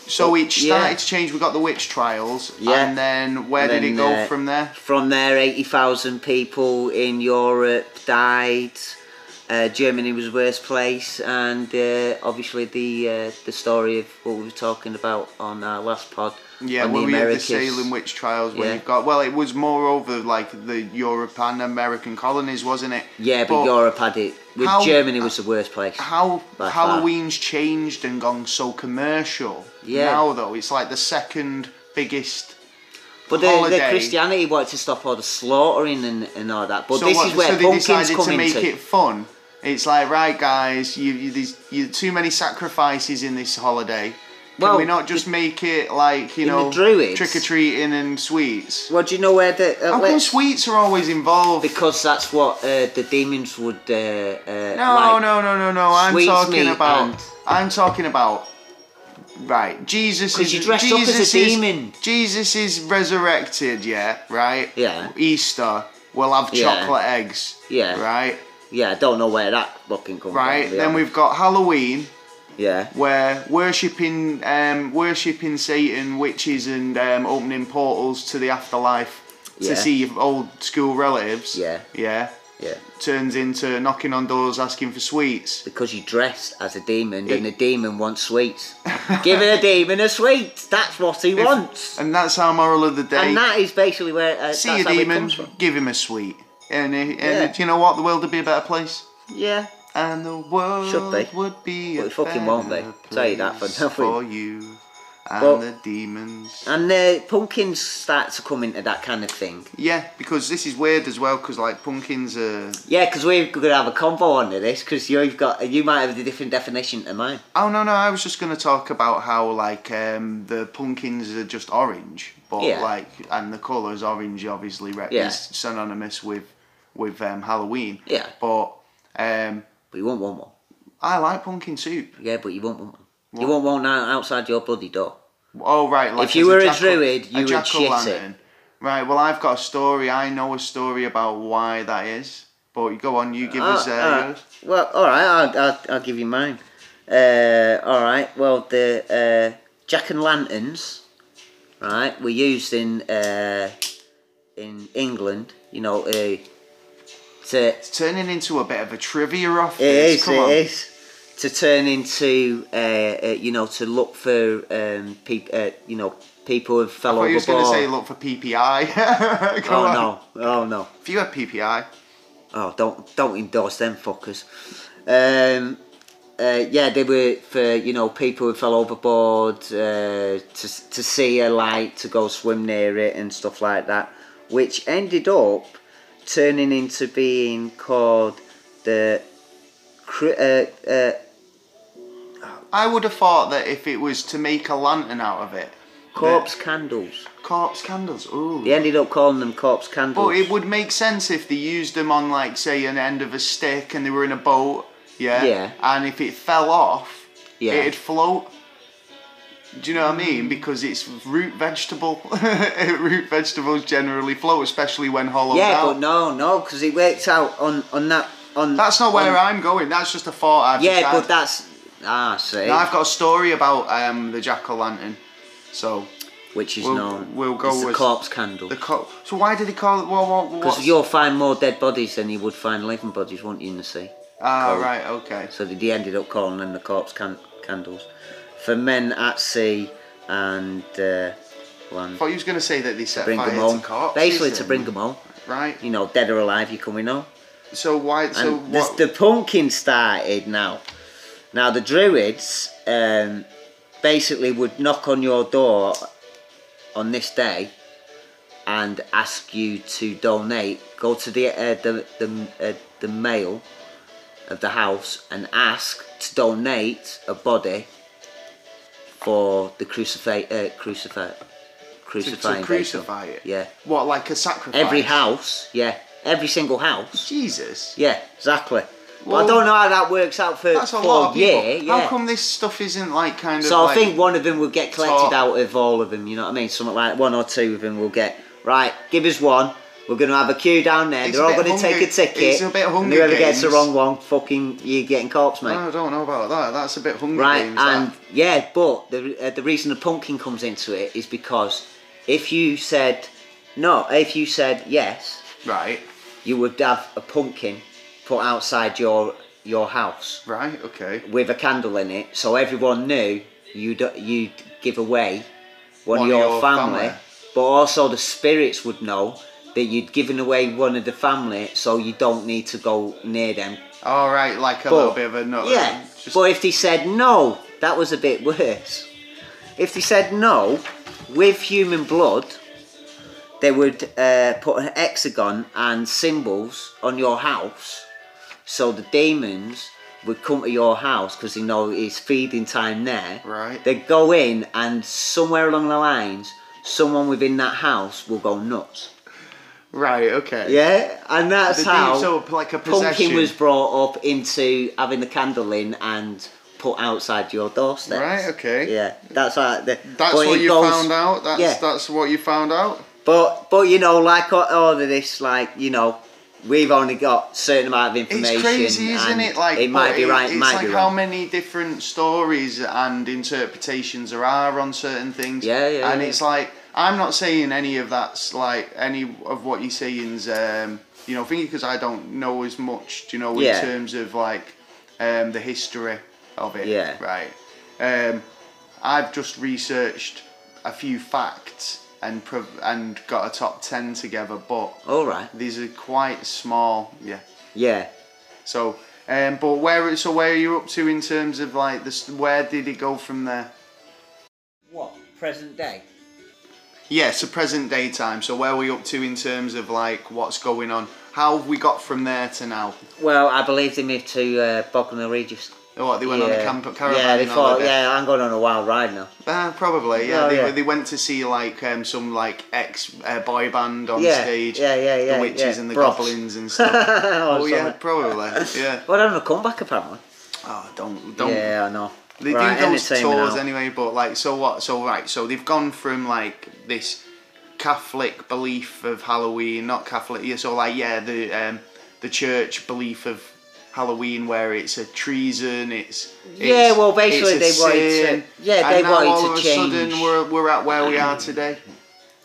A: so it
B: yeah.
A: started to change. We got the witch trials,
B: Yeah.
A: and then where
B: And
A: did it
B: then,
A: go
B: uh,
A: from there?
B: From there, eighty thousand people in Europe died. Uh, Germany was worst place, and uh, obviously the uh, the story of what we were talking about on our last pod.
A: Yeah,
B: on
A: when
B: the
A: we had the
B: Americas.
A: Salem witch trials, where
B: Yeah.
A: you've got well, it was moreover like the Europe and American colonies, wasn't it?
B: Yeah, but, Europe had it. With
A: how-
B: Germany was the worst place.
A: how
B: By far.
A: Halloween's changed and gone so commercial.
B: Yeah.
A: Now though, it's like the second biggest.
B: But the, the
A: holiday.
B: Christianity wanted to stop all the slaughtering and, and all that. But
A: so
B: this
A: what,
B: is where
A: so they
B: pumpkins
A: decided
B: come
A: to make
B: into.
A: it fun. It's like right, guys, you, you there's you, too many sacrifices in this holiday. Can
B: Well,
A: we not just make it like you
B: in the
A: know
B: Druids-
A: trick or treating and sweets?
B: Well, do you know where the uh,
A: How come
B: let's-
A: sweets are always involved?
B: because that's what uh, the demons would. Uh, uh,
A: No,
B: like.
A: no, no, no, no. I'm
B: sweets
A: talking
B: meat
A: about.
B: and-
A: I'm talking about. Right, Jesus
B: 'Cause
A: is
B: you dressed up as a
A: Jesus is,
B: demon.
A: Jesus is resurrected, yeah, right.
B: Yeah.
A: Easter, we'll have
B: Yeah.
A: chocolate eggs.
B: Yeah.
A: Right,
B: Yeah, I don't know where that fucking comes
A: right.
B: from. to be
A: then
B: honest.
A: we've got Halloween,
B: Yeah.
A: where worshiping, um, worshiping Satan, witches, and um, opening portals to the afterlife
B: Yeah.
A: to see old school relatives.
B: Yeah.
A: Yeah.
B: Yeah.
A: Turns into knocking on doors asking for sweets.
B: Because you dressed as a demon, and the demon wants sweets. Give a demon a sweet. That's what he wants.
A: And that's our moral of the day.
B: And that is basically where uh,
A: See
B: that's
A: a
B: how it
A: demon,
B: comes from.
A: give him a sweet. And, and
B: Yeah.
A: do you know what? The world would be a better place.
B: Yeah.
A: And the world
B: Should be.
A: would be
B: But
A: a
B: it fucking won't be.
A: better
B: Tell you that for
A: place
B: nothing.
A: For you and
B: But-
A: the demons.
B: And the pumpkins start to come into that kind of thing.
A: Yeah, because this is weird as well, because like pumpkins are.
B: Yeah, because we're gonna have a combo under this because you've got you might have a different definition to mine.
A: Oh no, no, I was just going to talk about how like um, the pumpkins are just orange. But
B: Yeah.
A: like, and the colours orange obviously re-
B: Yeah.
A: is synonymous with, with um, Halloween.
B: Yeah.
A: But um,
B: But you won't want one.
A: I like pumpkin soup.
B: Yeah, but you won't want one. You won't want one out- outside your bloody door.
A: Oh right, like
B: If you
A: as
B: were a
A: jackal-
B: druid, you would
A: jackal
B: shit it.
A: lantern. Right. Well, I've got a story. I know a story about why that is. But you go on. You give us. Uh,
B: Ah, ah.
A: yours.
B: Well, all right, I'll, I'll, I'll give you mine. Uh, all right. Well, the uh, jack and lanterns, right, were used in uh, in England. You know, uh, to
A: It's turning into a bit of a trivia off.
B: It
A: this,
B: is.
A: Come
B: it
A: on.
B: is. to turn into uh, uh, you know to look for um, peop uh, you know people and
A: I thought
B: fellow
A: you was going to say
B: abroad.
A: look for PPI. Come
B: Oh
A: on.
B: no! Oh no!
A: If you had PPI,
B: Oh, don't don't endorse them fuckers. Um, uh, yeah, they were for you know people who fell overboard uh, to to see a light to go swim near it and stuff like that, which ended up turning into being called the. Cri- Uh, uh,
A: I would have thought that if it was to make a lantern out of it,
B: corpse candles.
A: that- corpse candles. Ooh.
B: They ended up calling them corpse candles.
A: But it would make sense if they used them on, like, say, an end of a stick and they were in a boat. Yeah.
B: Yeah.
A: And if it fell off,
B: Yeah.
A: it'd float. Do you know what I mean? Because it's root vegetable. root vegetables generally float, especially when hollowed
B: yeah,
A: out.
B: but no, no, because it worked out on on that on.
A: That's not where
B: on-
A: I'm going. That's just a thought I've just
B: Yeah,
A: had.
B: but that's ah, see,
A: Now I've got a story about um, the jack o' lantern. So
B: which is
A: we'll-
B: known.
A: we'll go
B: it's the
A: with
B: corpse candle.
A: the co- so why did he call it? Well, what, what's-
B: Because you'll find more dead bodies than you would find living bodies, won't you, in the sea?
A: ah
B: cold.
A: right, okay.
B: So they- they ended up calling them the corpse can- candles for men at sea and uh,
A: I
B: land.
A: thought you was going to say that they set
B: Bring
A: fire
B: them home.
A: to corpses.
B: Basically, to
A: and-
B: bring them home.
A: Right.
B: You know, dead or alive, you coming home.
A: So why?
B: And
A: So
B: this-
A: what?
B: the pumpkin started now. Now the druids um, basically would knock on your door on this day and ask you to donate. Go to the uh, the the uh, the male of the house and ask to donate a body for the crucify uh, crucify
A: to,
B: crucifying.
A: to
B: day.
A: crucify it.
B: Yeah.
A: What like a sacrifice?
B: Every house. Yeah. Every single house.
A: Jesus.
B: Yeah, exactly. but
A: Well,
B: I don't know how that works out for,
A: That's a
B: for
A: lot of people.
B: year. Yeah.
A: How come this stuff isn't like kind of?
B: so
A: like,
B: I think one of them will get collected
A: Talk.
B: out of all of them. You know what I mean? Something like one or two of them will get right. Give us one. We're going to have a queue down there.
A: It's
B: They're
A: a
B: all
A: bit
B: going to take
A: Hunger-
B: a ticket.
A: it's a bit
B: and
A: Hunger
B: whoever gets the
A: Games.
B: wrong one, fucking, you're getting corpse, mate.
A: "Oh, I don't know about that. That's a bit hungry.
B: Right,
A: games, that.
B: and yeah, but the uh, the reason the pumpkin comes into it is because if you said no, if you said yes,
A: right,
B: you would have a pumpkin put outside your your house
A: right, okay.
B: with a candle in it, so everyone knew you'd you'd give away one, of your, family, but also the spirits would know that you'd given away one of the family, so you don't need to go near them.
A: All right, like a
B: But-
A: little bit of a nut.
B: yeah,
A: just-
B: but if they said no, that was a bit worse. If they said no, with human blood, they would uh, put an hexagon and symbols on your house, so the demons would come to your house because they know it's feeding time there.
A: Right.
B: They'd go in, and somewhere along the lines, someone within that house will go nuts.
A: right, okay.
B: Yeah, and that's
A: The
B: how
A: deep, so like a
B: pumpkin
A: possession.
B: was brought up into having the candle in and put outside your doorstep.
A: Right, okay.
B: Yeah, that's how. The,
A: That's
B: but
A: what
B: it
A: you
B: goes-
A: found out. That's
B: yeah.
A: that's what you found out.
B: But but you know, like all, all of this, like you know, we've only got certain amount of information.
A: It's crazy, isn't
B: and
A: it? Like
B: it might
A: but
B: be
A: it-
B: right, it
A: It's
B: might
A: like
B: be
A: how
B: wrong.
A: many different stories and interpretations there are on certain things.
B: Yeah, yeah,
A: And
B: yeah.
A: it's like I'm not saying any of that's like any of what you're saying's um, you know thinking because I don't know as much. You know, in
B: Yeah.
A: terms of like um, the history of it.
B: Yeah.
A: Right. Um, I've just researched a few facts and pro- and got a top ten together, but
B: All right.
A: these are quite small. Yeah.
B: Yeah.
A: So, um, but where so where are you up to in terms of like this? Where did it go from there?
B: What present day?
A: Yeah, so present daytime. So where are we up to in terms of like what's going on? How have we got from there to now?
B: Well, I believe they moved to uh, Bognor Regis.
A: Oh, What they went on a camp caravan?
B: Yeah, they
A: and all
B: thought.
A: that?
B: Yeah, I'm going on a wild ride now.
A: Uh, probably. Yeah,
B: Oh,
A: they,
B: yeah.
A: they went to see like um, some like ex uh, boy band on
B: yeah,
A: stage.
B: yeah, yeah, yeah.
A: the witches
B: yeah.
A: and the
B: Broths.
A: goblins and stuff.
B: oh,
A: oh yeah, probably. Yeah.
B: Well, they're on a comeback apparently.
A: Oh, don't don't
B: Yeah, I know.
A: They
B: Right,
A: do those
B: entertainment
A: tours
B: now.
A: anyway, but like, so what? So right, so they've gone from like this Catholic belief of Halloween, not Catholic. Yeah, so like, yeah, the um, the church belief of Halloween, where it's a treason, it's, it's
B: Yeah, well, basically
A: it's a
B: they wanted to-
A: sin,
B: yeah,
A: and
B: they
A: now
B: wanted
A: all
B: to
A: of
B: change.
A: A sudden, we're we're at where we are today.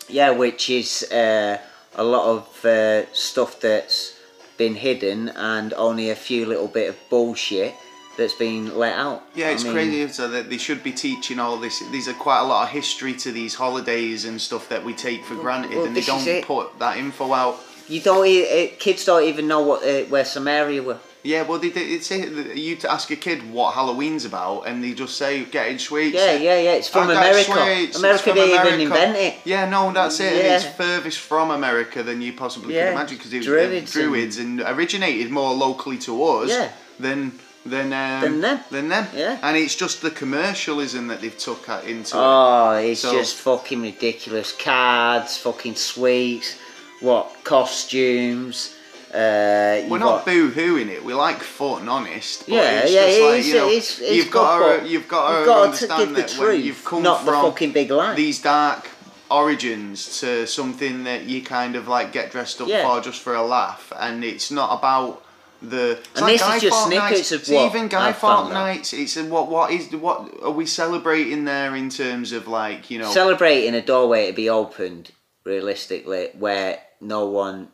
B: Yeah, which is uh, a lot of uh, stuff that's been hidden and only a few little bit of bullshit that's been let out.
A: Yeah,
B: I
A: it's
B: mean,
A: crazy so that they should be teaching all this. These are quite a lot of history to these holidays and stuff that we take for granted,
B: well,
A: and they
B: this is
A: don't
B: it.
A: put that info out.
B: You don't. e- eh, Kids don't even know what uh, where Samaria were.
A: Yeah, well, they, they, it's it. You to ask a kid what Halloween's about, and they just say getting sweets.
B: Yeah, yeah, yeah. It's
A: I
B: from
A: got
B: America.
A: sweets, it's
B: America
A: from
B: didn't
A: America.
B: even invent it.
A: Yeah, no, that's it. It's
B: Yeah.
A: furthest from America than you possibly
B: Yeah,
A: could imagine because it was
B: Druids
A: druids, druids and originated more locally to us
B: Yeah.
A: than than um,
B: Than them.
A: Than them.
B: Yeah.
A: And it's just the commercialism that they've took at- into it.
B: Oh, it's
A: So-
B: just fucking ridiculous. Cards, fucking sweets, what costumes. Uh, you
A: We're not
B: got-
A: boo hooing it. We like fun, honest. But
B: Yeah,
A: it's
B: yeah,
A: just
B: it
A: like,
B: is-
A: you know,
B: it is- it's
A: you've got
B: good,
A: to,
B: but
A: you've got to
B: you've got to
A: understand
B: give the
A: that when
B: truth,
A: you've come
B: not the
A: from
B: fucking big lie.
A: these dark origins to something that you kind of like get dressed up
B: Yeah.
A: for just for a laugh, and it's not about the. It's
B: And this is just snippets of
A: See,
B: what
A: even Guy
B: I've found out.
A: Fortnights. It's a- what what is what are we celebrating there in terms of like you know
B: Celebrating a doorway to be opened, realistically, where no one.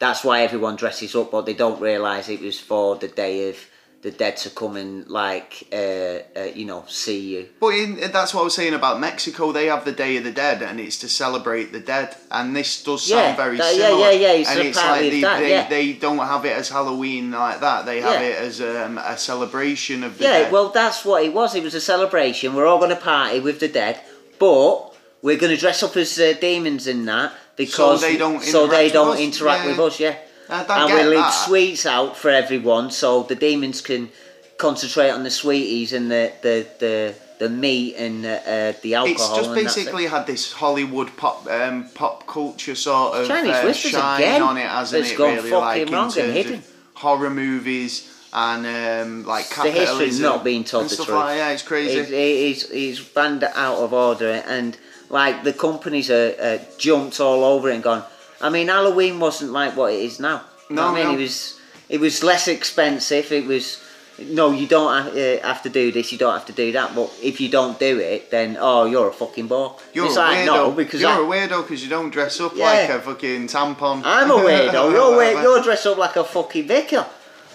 B: That's why everyone dresses up, but they don't realise it was for the day of the dead to come and, like, uh, uh, you know, see you.
A: But in, that's what I was saying about Mexico. They have the Day of the Dead, and it's to celebrate the dead. And this does sound
B: Yeah,
A: very
B: that- yeah,
A: similar.
B: yeah, yeah, it's
A: and
B: a part
A: like
B: of
A: they,
B: that,
A: they,
B: yeah.
A: they don't have it as Halloween like that. They have
B: Yeah.
A: it as um, a celebration of the
B: Yeah,
A: dead.
B: well, that's what it was. It was a celebration. We're all going to party with the dead, but we're going to dress up as uh, demons in that because
A: they don't
B: so they
A: interact with
B: don't
A: us,
B: interact
A: yeah.
B: with us. Yeah,
A: I don't
B: and
A: get
B: we leave
A: that.
B: sweets out for everyone, so the demons can concentrate on the sweeties and the the the, the meat and uh, uh, the alcohol.
A: it's just
B: and that's it.
A: basically had this Hollywood pop um, pop culture sort of
B: Chinese
A: uh,
B: whispers
A: shine
B: again.
A: on it, hasn't
B: It's
A: it?
B: gone
A: Really,
B: fucking
A: like in
B: wrong and
A: terms of
B: hidden.
A: horror movies and um, like
B: the
A: capitalism.
B: history's not being told
A: and
B: the
A: stuff
B: truth.
A: Like, yeah, it's crazy.
B: It, it is it's banned out of order, and like the companies are uh, jumped all over it and gone. I mean, Halloween wasn't like what it is now. You know
A: No,
B: what I mean
A: no.
B: it was it was less expensive. It was no, you don't have, uh, have to do this. You don't have to do that. But if you don't do it, then oh, you're a fucking bore.
A: You're
B: it's
A: a
B: like
A: weirdo.
B: no, because
A: you're
B: I,
A: a weirdo because you don't dress up
B: Yeah.
A: like a fucking tampon.
B: I'm a weirdo. You're weird,
A: Whatever.
B: you're dressed up like a fucking vicar.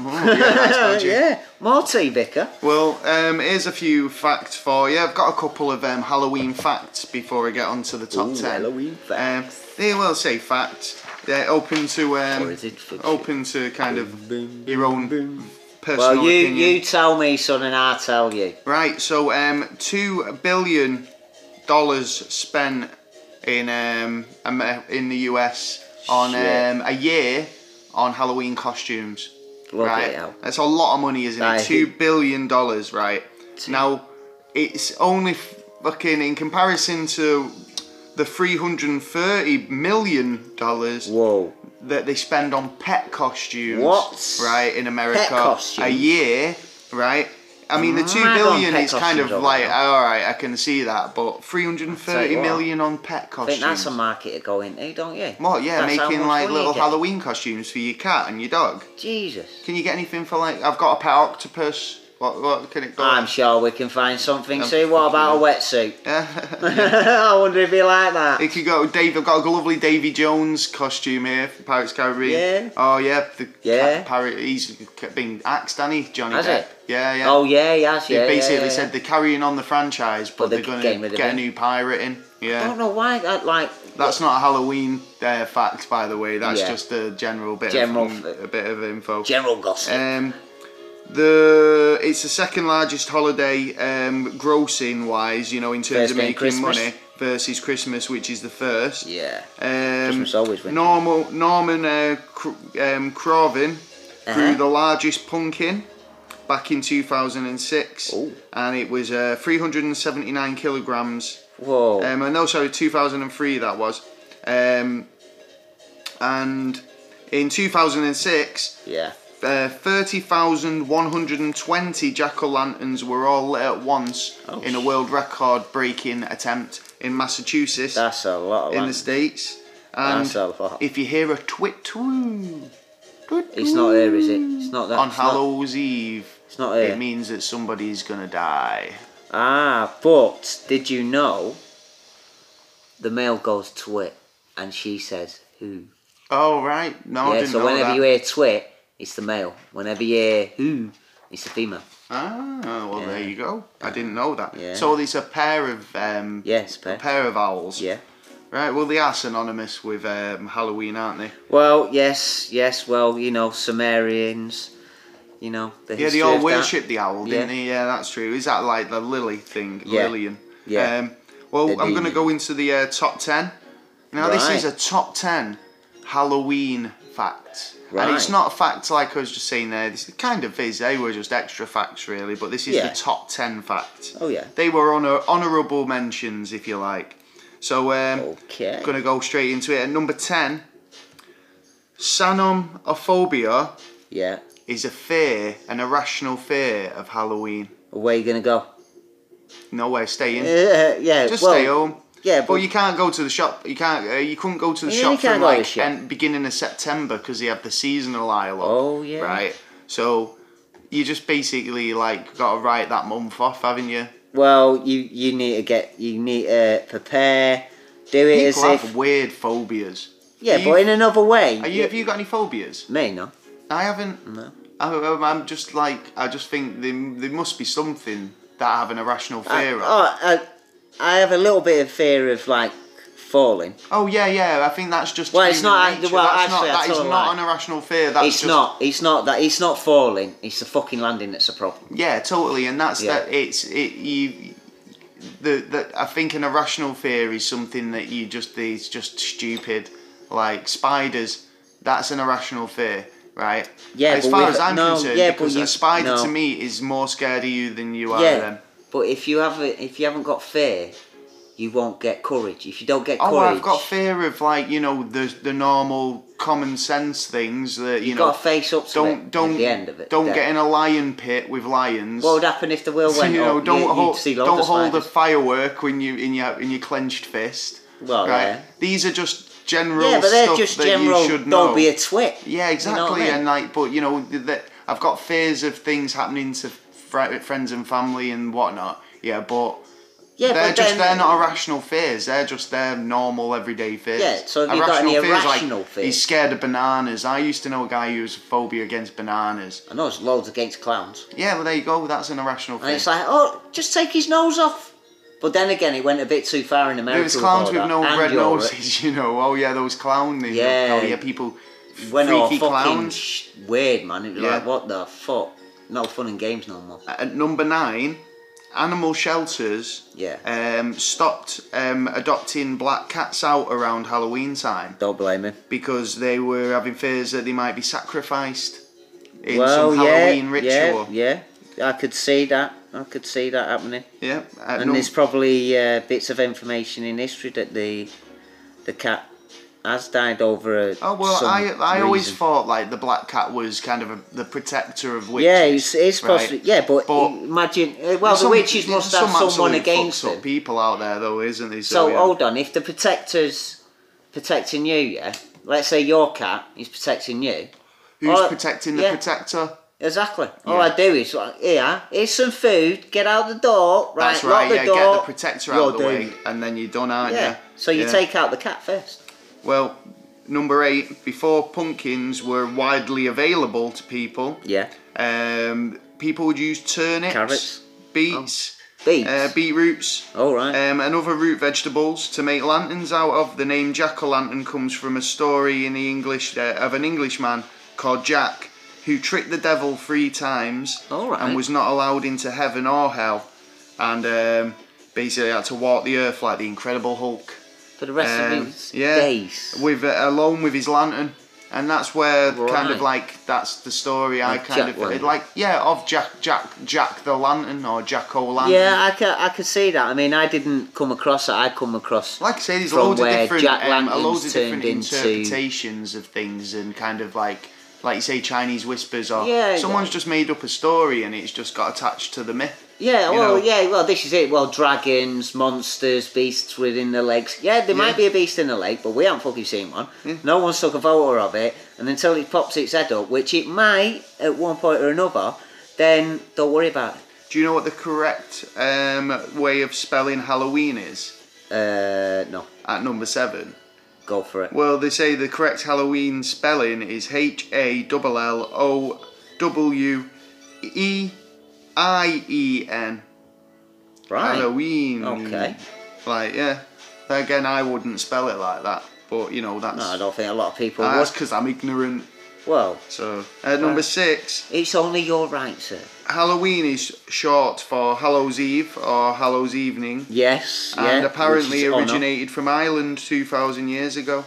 A: Oh, yeah, nice, don't you?
B: yeah, more tea, vicar.
A: Well, um, here's a few facts for you. I've got a couple of um, Halloween facts before I get on to the top
B: Ooh,
A: ten.
B: Halloween facts.
A: Um, they will say facts. They're open to um,
B: Or is it fiction?
A: open to kind of your own personal
B: Well, you
A: opinion.
B: you tell me, son, and I tell you.
A: Right, so um, two billion dollars spent in um, Amer- in the US on
B: Shit.
A: um, a year on Halloween costumes.
B: Bloody
A: right,
B: hell.
A: that's a lot of money, isn't
B: That
A: it?
B: is-
A: Two billion dollars, right? Now, it's only fucking in comparison to the three hundred and thirty million dollars
B: Whoa.
A: that they spend on pet costumes.
B: What?
A: Right in America,
B: costumes?
A: a year, right? I mean, the two
B: Mad on
A: billion
B: pet
A: is kind of
B: costumes,
A: like,
B: though.
A: all right, I can see that, but three hundred and
B: I'll tell
A: thirty
B: you what.
A: million on pet
B: I
A: costumes.
B: think that's a market to go into, don't you?
A: what? Yeah,
B: That's how
A: making
B: much
A: like
B: money you
A: little
B: get.
A: Halloween costumes for your cat and your dog.
B: Jesus.
A: Can you get anything for like? I've got a pet octopus. What? What can it go?
B: I'm sure we can find something.
A: I'm
B: See, what about a wetsuit? I wonder if he like that.
A: It could go, Dave. I've got a lovely Davy Jones costume here for Pirates of the Caribbean.
B: Yeah.
A: Oh yeah, the
B: Yeah.
A: Cat, pirate. He's been axed, hasn't he, Johnny
B: Has he?
A: Depp? Yeah, yeah.
B: Oh yeah, he has.
A: They
B: Yeah, yeah,
A: basically
B: yeah, yeah.
A: said they're carrying on the franchise, but,
B: But they
A: they're going
B: getting rid
A: to
B: of
A: get a
B: him.
A: new pirate in.
B: I don't
A: Yeah.
B: know why that like.
A: That's not a Halloween uh, fact, by the way. That's
B: Yeah.
A: just a general bit
B: General
A: of
B: f-
A: a bit of info.
B: General gossip.
A: um, the it's the second largest holiday um, grossing wise, you know, in terms
B: First
A: of
B: being
A: making
B: Christmas.
A: money versus Christmas, which is the first.
B: yeah.
A: Um,
B: Christmas always wins.
A: Normal Norman uh, Cr- um, Crovin
B: Uh-huh.
A: grew the largest pumpkin back in 2006,
B: Ooh.
A: and it was uh, 379 kilograms.
B: Whoa.
A: Um, and no, sorry, 2003 that was. Um, and in 2006,
B: yeah.
A: uh, 30,120 jack o' lanterns were all lit at once
B: Oh,
A: in a
B: sh-
A: world record breaking attempt in Massachusetts
B: That's a lot. Of
A: in
B: land.
A: the states. And
B: That's a lot.
A: if you hear a twit twoo, twit
B: It's not here, is it? It's not Oh, that.
A: on
B: it's not-
A: Hallows Eve,
B: It's not here.
A: it means that somebody's gonna die.
B: Ah, but did you know the mail goes twit and she says who?
A: Oh right, no, I
B: yeah,
A: didn't
B: so
A: know
B: whenever
A: that.
B: you hear twit, it's the mail. Whenever you hear who, It's a female.
A: Ah, well, there
B: Yeah.
A: you go. I didn't know that.
B: Yeah.
A: So there's a pair of um,
B: Yeah, it's a pair.
A: a pair of owls.
B: Yeah.
A: Right. Well, they are synonymous with um, Halloween, aren't they?
B: Well, yes, yes. Well, you know, Sumerians. You know, the
A: Yeah,
B: history
A: they all
B: of that.
A: worship the owl, didn't
B: Yeah.
A: they? Yeah, that's true. Is that like the lily thing,
B: Yeah.
A: Lillian?
B: Yeah.
A: Um, well,
B: The
A: I'm going to
B: demon.
A: go into the uh, top ten. Now, this
B: Right.
A: is a top ten Halloween fact. And it's
B: Right.
A: not a fact like I was just saying there. This kind of is. They were just extra facts, really. But this is
B: Yeah.
A: the top ten fact.
B: Oh yeah.
A: They were honor- honourable mentions, if you like. So, um,
B: Okay.
A: going to go straight into it. At number ten, sanomophobia
B: Yeah.
A: is a fear, an irrational fear of Halloween.
B: Where you gonna go?
A: Nowhere staying.
B: Uh, yeah.
A: Just
B: well,
A: stay home.
B: Yeah, but
A: But you can't go to the shop. You can't. Uh, you couldn't go to the
B: Yeah, you
A: shop
B: can't
A: from
B: go to the
A: like
B: shop.
A: and beginning of September because they have the seasonal aisle. Up,
B: Oh, yeah.
A: Right. So you just basically like got to write that month off, haven't you?
B: well, you you need to get you need to prepare. Do it
A: People
B: as
A: have
B: if
A: weird phobias.
B: yeah,
A: you-
B: but in another way.
A: Are you? Have you got any phobias?
B: Me no.
A: I haven't.
B: No.
A: I, I'm- I'm just like I just think there, there must be something that I have an irrational
B: I,
A: fear of.
B: oh, I, I have a little bit of fear of like falling.
A: Oh yeah, yeah. I think that's just.
B: Well, it's
A: human
B: not-
A: nature.
B: well,
A: that's
B: actually, I
A: not, that is
B: tell a
A: not
B: lie.
A: an irrational fear. That's
B: it's
A: just,
B: not. It's not that. It's not falling. It's the fucking landing that's a problem.
A: Yeah, totally. And that's
B: Yeah.
A: that. It's it. You. The that I think an irrational fear is something that you just is just stupid, like spiders. That's an irrational fear, right?
B: Yeah,
A: As
B: but
A: far
B: with-
A: as I'm
B: no,
A: concerned,
B: yeah, but
A: because
B: you-
A: a spider
B: no.
A: to me is more scared of you than you are
B: yeah.
A: of them.
B: But if you have a, if you haven't got fear, you won't get courage. If you don't get
A: Oh,
B: courage,
A: I've got fear of like you know the the normal common sense things that you
B: you've
A: know
B: got to face up to it
A: don't
B: at
A: don't
B: the end of it.
A: don't
B: then.
A: get in a lion pit with lions.
B: What would happen if the wheel
A: So,
B: went
A: you know,
B: up?
A: don't
B: you,
A: hold,
B: you'd see loads
A: don't
B: of
A: hold a
B: spiders.
A: firework when you in your in your clenched fist.
B: Well, yeah.
A: These are just general.
B: Yeah, but they're
A: stuff
B: just
A: that
B: general.
A: You should
B: Don't
A: know.
B: be a twit.
A: yeah, exactly.
B: You know what I mean?
A: And like, but you know, th- that I've got fears of things happening to fri- friends and family and whatnot. Yeah, but
B: yeah,
A: they're
B: but
A: just
B: then,
A: they're not irrational fears. They're just their normal everyday fears.
B: Yeah, so have you got any
A: fears,
B: irrational
A: like,
B: fears?
A: He's scared of bananas. I used to know a guy who was phobia against bananas.
B: I know it's loads against clowns,
A: Yeah, well there you go. That's an irrational
B: and
A: fear.
B: it's like, oh, just take his nose off. But then again, it went a bit too far in America.
A: Those clowns
B: all
A: with
B: that,
A: no
B: and
A: red
B: Europe.
A: noses, you know. Oh yeah, those clown things.
B: Yeah.
A: Oh yeah, people.
B: Went all
A: freaky
B: fucking
A: clowns.
B: sh- weird, man. It was
A: Yeah.
B: like, what the fuck? No fun and games no more.
A: At number nine, animal shelters
B: Yeah.
A: um, stopped um, adopting black cats out around Halloween time
B: Don't blame him.
A: because they were having fears that they might be sacrificed in
B: well,
A: some
B: yeah,
A: Halloween ritual. Yeah.
B: Yeah, yeah. I could see that. I could see that happening.
A: At
B: And
A: num-
B: there's probably uh, bits of information in history that the the cat has died over. A,
A: oh well,
B: some
A: I I always
B: reason.
A: thought like the black cat was kind of a, the protector of witches.
B: yeah, it's, it's
A: right?
B: possibly yeah, but,
A: But-
B: imagine uh, well the
A: Some-
B: witches must
A: some
B: have someone
A: absolute
B: against
A: fucks up
B: them.
A: people out there though, isn't there?
B: So
A: Oh, yeah.
B: hold on, if the protector's protecting you, yeah, let's say your cat is protecting you,
A: Who's
B: Well,
A: protecting the
B: yeah.
A: protector?
B: Exactly. All
A: Yeah.
B: I do is like, here, here's some food. Get out the door. Right,
A: That's right.
B: lock the
A: yeah,
B: door.
A: get the protector out
B: You're
A: of the way,
B: doomed.
A: and then you're done, aren't
B: Yeah.
A: you?
B: So you
A: Yeah.
B: take out the cat first.
A: Well, number eight. Before pumpkins were widely available to people,
B: Yeah.
A: um, people would use turnips,
B: Carrots. Oh.
A: beets,
B: Beets.
A: uh, beetroots,
B: All right.
A: um, and other root vegetables to make lanterns out of. The name jack o' lantern comes from a story in the English uh, of an Englishman called Jack who tricked the devil three times
B: All right.
A: and was not allowed into heaven or hell, and um, basically had to walk the earth like the Incredible Hulk.
B: For the rest
A: um,
B: of his
A: yeah,
B: days.
A: with uh, alone with his lantern. And that's where kind of
B: Right.
A: like that's the story I
B: Of
A: kind
B: Jack
A: of
B: Lantern.
A: like yeah of Jack Jack Jack the Lantern or Jack O Lantern.
B: yeah, I could, I could see that. I mean, I didn't come across it. I come across.
A: Like I say, there's
B: from
A: loads of
B: where
A: different,
B: Jack
A: um,
B: Lanterns
A: loads of different
B: turned into-
A: interpretations of things, and kind of like, like you say, Chinese whispers, or
B: Yeah,
A: someone's
B: yeah.
A: just made up a story and it's just got attached to the myth.
B: Yeah,
A: you
B: well,
A: know.
B: yeah, well, this is it. Well, dragons, monsters, beasts within the lakes. Yeah, there
A: Yeah.
B: might be a beast in the lake, but we haven't fucking seen one. No one's took a photo of it, and until it pops its head up, which it might at one point or another, then don't worry about it.
A: Do you know what the correct um, way of spelling Halloween is?
B: Uh, no,
A: At number seven.
B: go for it.
A: Well, they say the correct Halloween spelling is H A L L O W E I E N.
B: Right.
A: Halloween.
B: Okay.
A: Like, yeah. Then Again, I wouldn't spell it like that, but you know, that's
B: No, I don't think a lot of people
A: that's
B: would.
A: because I'm ignorant.
B: Well,
A: So, uh, number six,
B: it's only your right, sir.
A: Halloween is short for Hallows Eve or Hallows Evening,
B: Yes. yeah.
A: and
B: which
A: apparently
B: is honour.
A: originated from Ireland 2,000 years ago.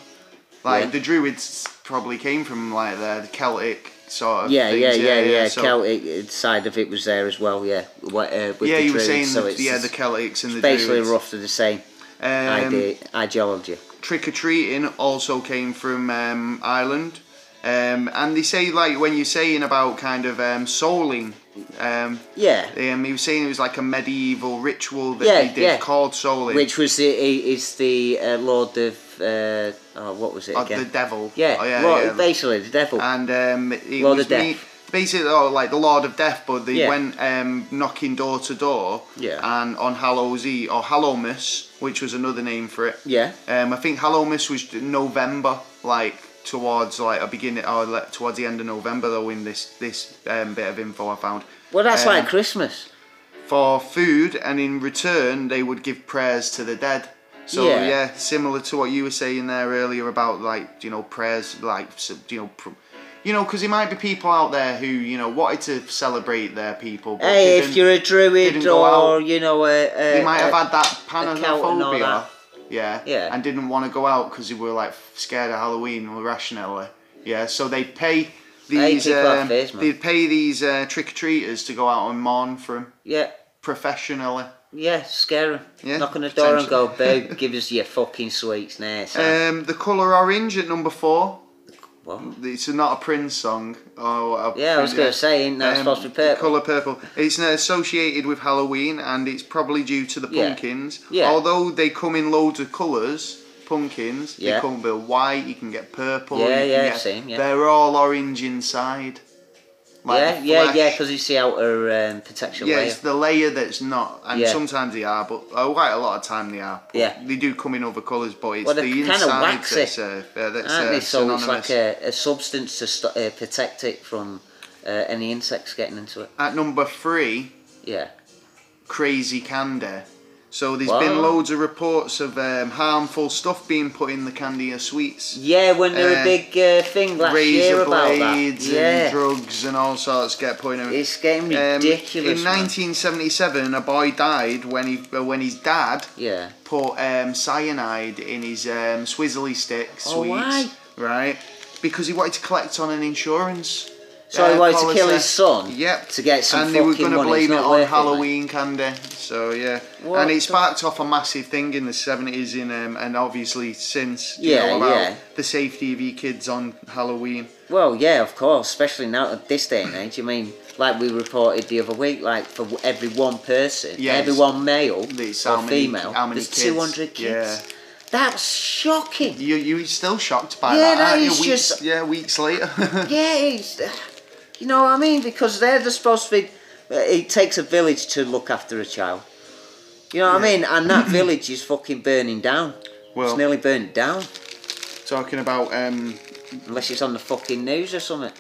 A: Like
B: Yeah.
A: the Druids probably came from like there, the Celtic sort of.
B: Yeah,
A: things.
B: yeah, yeah, yeah.
A: so-
B: Celtic uh, side of it was there as well. Yeah. What, uh, with
A: yeah,
B: the
A: you were
B: Druids,
A: saying
B: so
A: the-
B: it's
A: yeah the Celtics and the
B: basically
A: Druids. Um,
B: roughly the same idea, ideology.
A: trick or treating also came from um, Ireland. Um, and they say like when you're saying about kind of um, souling, um,
B: Yeah.
A: um, he was saying it was like a medieval ritual that
B: Yeah,
A: they did
B: yeah.
A: called souling,
B: Which was the i- is the uh, Lord of uh, oh, what was it
A: of
B: again?
A: the devil.
B: yeah,
A: Oh, yeah,
B: Lord-
A: yeah.
B: basically the devil.
A: and um, it
B: Lord
A: was
B: of Death.
A: me- basically oh, like the Lord of Death, but they
B: Yeah.
A: went um, knocking door to door.
B: Yeah.
A: And on Hallows Eve or Hallowmas, which was another name for it.
B: yeah,
A: Um, I think Hallowmas was November, like towards like a beginning or like, towards the end of November though. In this this um, bit of info I found
B: well that's
A: um,
B: like Christmas.
A: for food, and in return they would give prayers to the dead. So yeah.
B: Yeah.
A: similar to what you were saying there earlier about like you know prayers, like s- you know. Pr- you know, because there might be people out there who you know wanted to celebrate their people. But
B: Hey, if
A: didn't.
B: you're a
A: didn't
B: druid
A: go
B: or
A: out.
B: you know a, a
A: they might have
B: a-
A: had that
B: Celt and all
A: panophobia.
B: that.
A: Yeah.
B: Yeah.
A: And didn't want to go out because they were like scared of Halloween rationally. Yeah. So they pay these.
B: people have
A: um,
B: fears, man.
A: they pay these uh, trick or treaters to go out and mourn for 'em
B: yeah.
A: professionally.
B: Yeah, scare 'em.
A: Yeah,
B: Knock on the door and go,
A: potentially.
B: babe, give us your fucking sweets now. son."
A: Um, the color orange at number four.
B: What?
A: It's not a Prince song. Oh, a
B: Yeah, I was
A: Prince-
B: gonna say, ain't
A: Um,
B: that supposed to be purple?
A: Color purple. It's uh, associated with Halloween, and it's probably due to the
B: Yeah.
A: pumpkins.
B: Yeah.
A: Although they come in loads of colours, pumpkins. They
B: Yeah.
A: come with white. You can get purple.
B: Yeah,
A: you can
B: yeah,
A: get-
B: same, yeah.
A: They're all orange inside.
B: yeah,
A: the
B: yeah,
A: flesh.
B: yeah, because it's the outer um, protection
A: Yeah,
B: layer.
A: it's the layer that's not, and
B: Yeah.
A: sometimes they are, but uh, quite a lot of time they are. But
B: Yeah.
A: they do come in other colours, but it's
B: Well,
A: the
B: they're kinda
A: inside
B: waxy,
A: that's, uh, yeah, that's
B: Aren't
A: uh,
B: they? So it's
A: synonymous.
B: like a, a substance to st- uh, protect it from uh, any insects getting into it.
A: At number three,
B: Yeah.
A: crazy candy. So there's
B: Wow.
A: been loads of reports of um, harmful stuff being put in the candy or sweets.
B: Yeah, when there were
A: Uh,
B: a big uh, thing last year
A: Razor
B: about
A: blades
B: that. Yeah.
A: and drugs and all sorts get put in. 'em.
B: it's getting
A: Um,
B: ridiculous.
A: in
B: man.
A: 1977, a boy died when he uh, when his dad
B: Yeah.
A: put um, cyanide in his um, swizzly stick sweets.
B: Oh, why?
A: Right, because he wanted to collect on an insurance.
B: So he
A: uh,
B: wanted to kill
A: policy.
B: his son
A: Yep.
B: to get some
A: and they were
B: fucking
A: gonna
B: money. It's
A: blame it
B: not
A: on
B: worth it, mate.
A: Halloween candy. So yeah,
B: What
A: and
B: the-
A: it sparked off a massive thing in the seventies, in um, and obviously since you
B: Yeah,
A: know, about
B: yeah.
A: the safety of your kids on Halloween.
B: Well, yeah, of course, especially now at this day and age. I mean, like we reported the other week, like for every one person,
A: Yes.
B: every one male
A: There's
B: or
A: how many-
B: female,
A: how many
B: there's
A: kids.
B: 200 kids. That's shocking.
A: You you're still shocked by
B: Yeah,
A: that?
B: that
A: aren't you?
B: is
A: Weeks-
B: just-
A: yeah weeks later.
B: Yeah, it's, you know what I mean? Because they're just supposed to be. It takes a village to look after a child. You know what I mean? And that village is fucking burning down.
A: Well-
B: it's nearly burned down.
A: Talking about um,
B: Unless it's on the fucking news or something.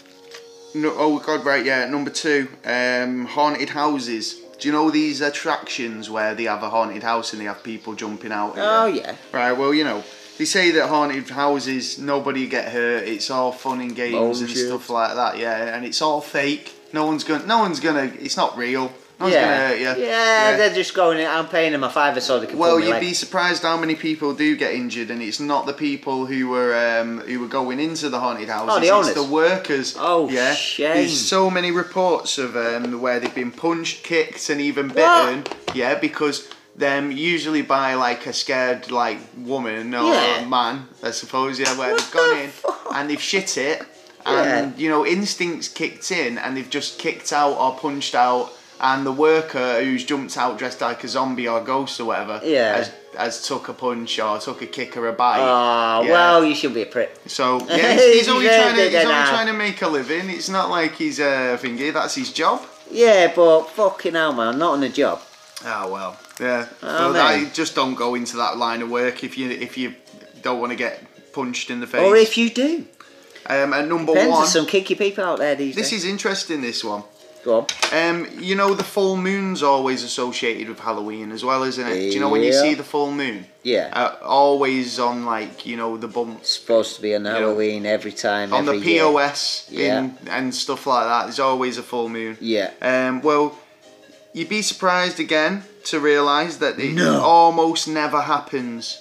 A: No, oh god, right, yeah. Number two, um, haunted houses. Do you know these attractions where they have a haunted house and they have people jumping out? at
B: Oh,
A: you?
B: yeah.
A: Right. Well, you know, they say that haunted houses nobody get hurt. It's all fun and games and
B: Bullshit.
A: stuff like that. Yeah, and it's all fake. No one's gonna. No one's gonna. It's not real. No one's
B: yeah.
A: gonna hurt you.
B: yeah, they're just going, I'm paying them a fiver so they can
A: Well,
B: pull me
A: you'd
B: leg."
A: be surprised how many people do get injured, and it's not the people who were um, who were going into the haunted houses.
B: Oh, the
A: It's
B: owners?
A: the workers.
B: Oh,
A: yeah.
B: shame.
A: There's so many reports of um, where they've been punched, kicked, and even bitten.
B: What?
A: Yeah, because them usually by like a scared like woman or
B: Yeah.
A: man, I suppose. Yeah, where
B: What
A: they've gone
B: the
A: in
B: fuck?
A: and they've shit it, and you know instincts kicked in, and they've just kicked out or punched out. And the worker who's jumped out dressed like a zombie or ghost or whatever
B: Yeah.
A: has, has took a punch or took a kick or a bite.
B: Oh,
A: Yeah.
B: well, you should be a prick.
A: So yeah, he's, he's only
B: He
A: trying to
B: deserved
A: he's
B: it
A: only
B: now.
A: trying to make a living. It's not like he's a uh, thingy. That's his job.
B: Yeah, but fucking hell, man, not on a job.
A: Ah well, yeah.
B: Oh,
A: but I
B: man.
A: just don't go into that line of work if you if you don't want to get punched in the face.
B: Or if you do.
A: um, at number
B: Depends,
A: one,
B: there's some kinky people out there these
A: this
B: days.
A: is interesting. This one.
B: Go on.
A: Um, you know the full moon's always associated with Halloween as well, isn't it? Do you know when you
B: Yeah.
A: see the full moon?
B: Yeah.
A: Uh, always on like you know the bumps.
B: It's supposed to be on Halloween every time.
A: on the
B: every year.
A: POS
B: Yeah.
A: in, and stuff like that. There's always a full moon.
B: Yeah.
A: Um, well, you'd be surprised again to realise that it
B: No.
A: almost never happens.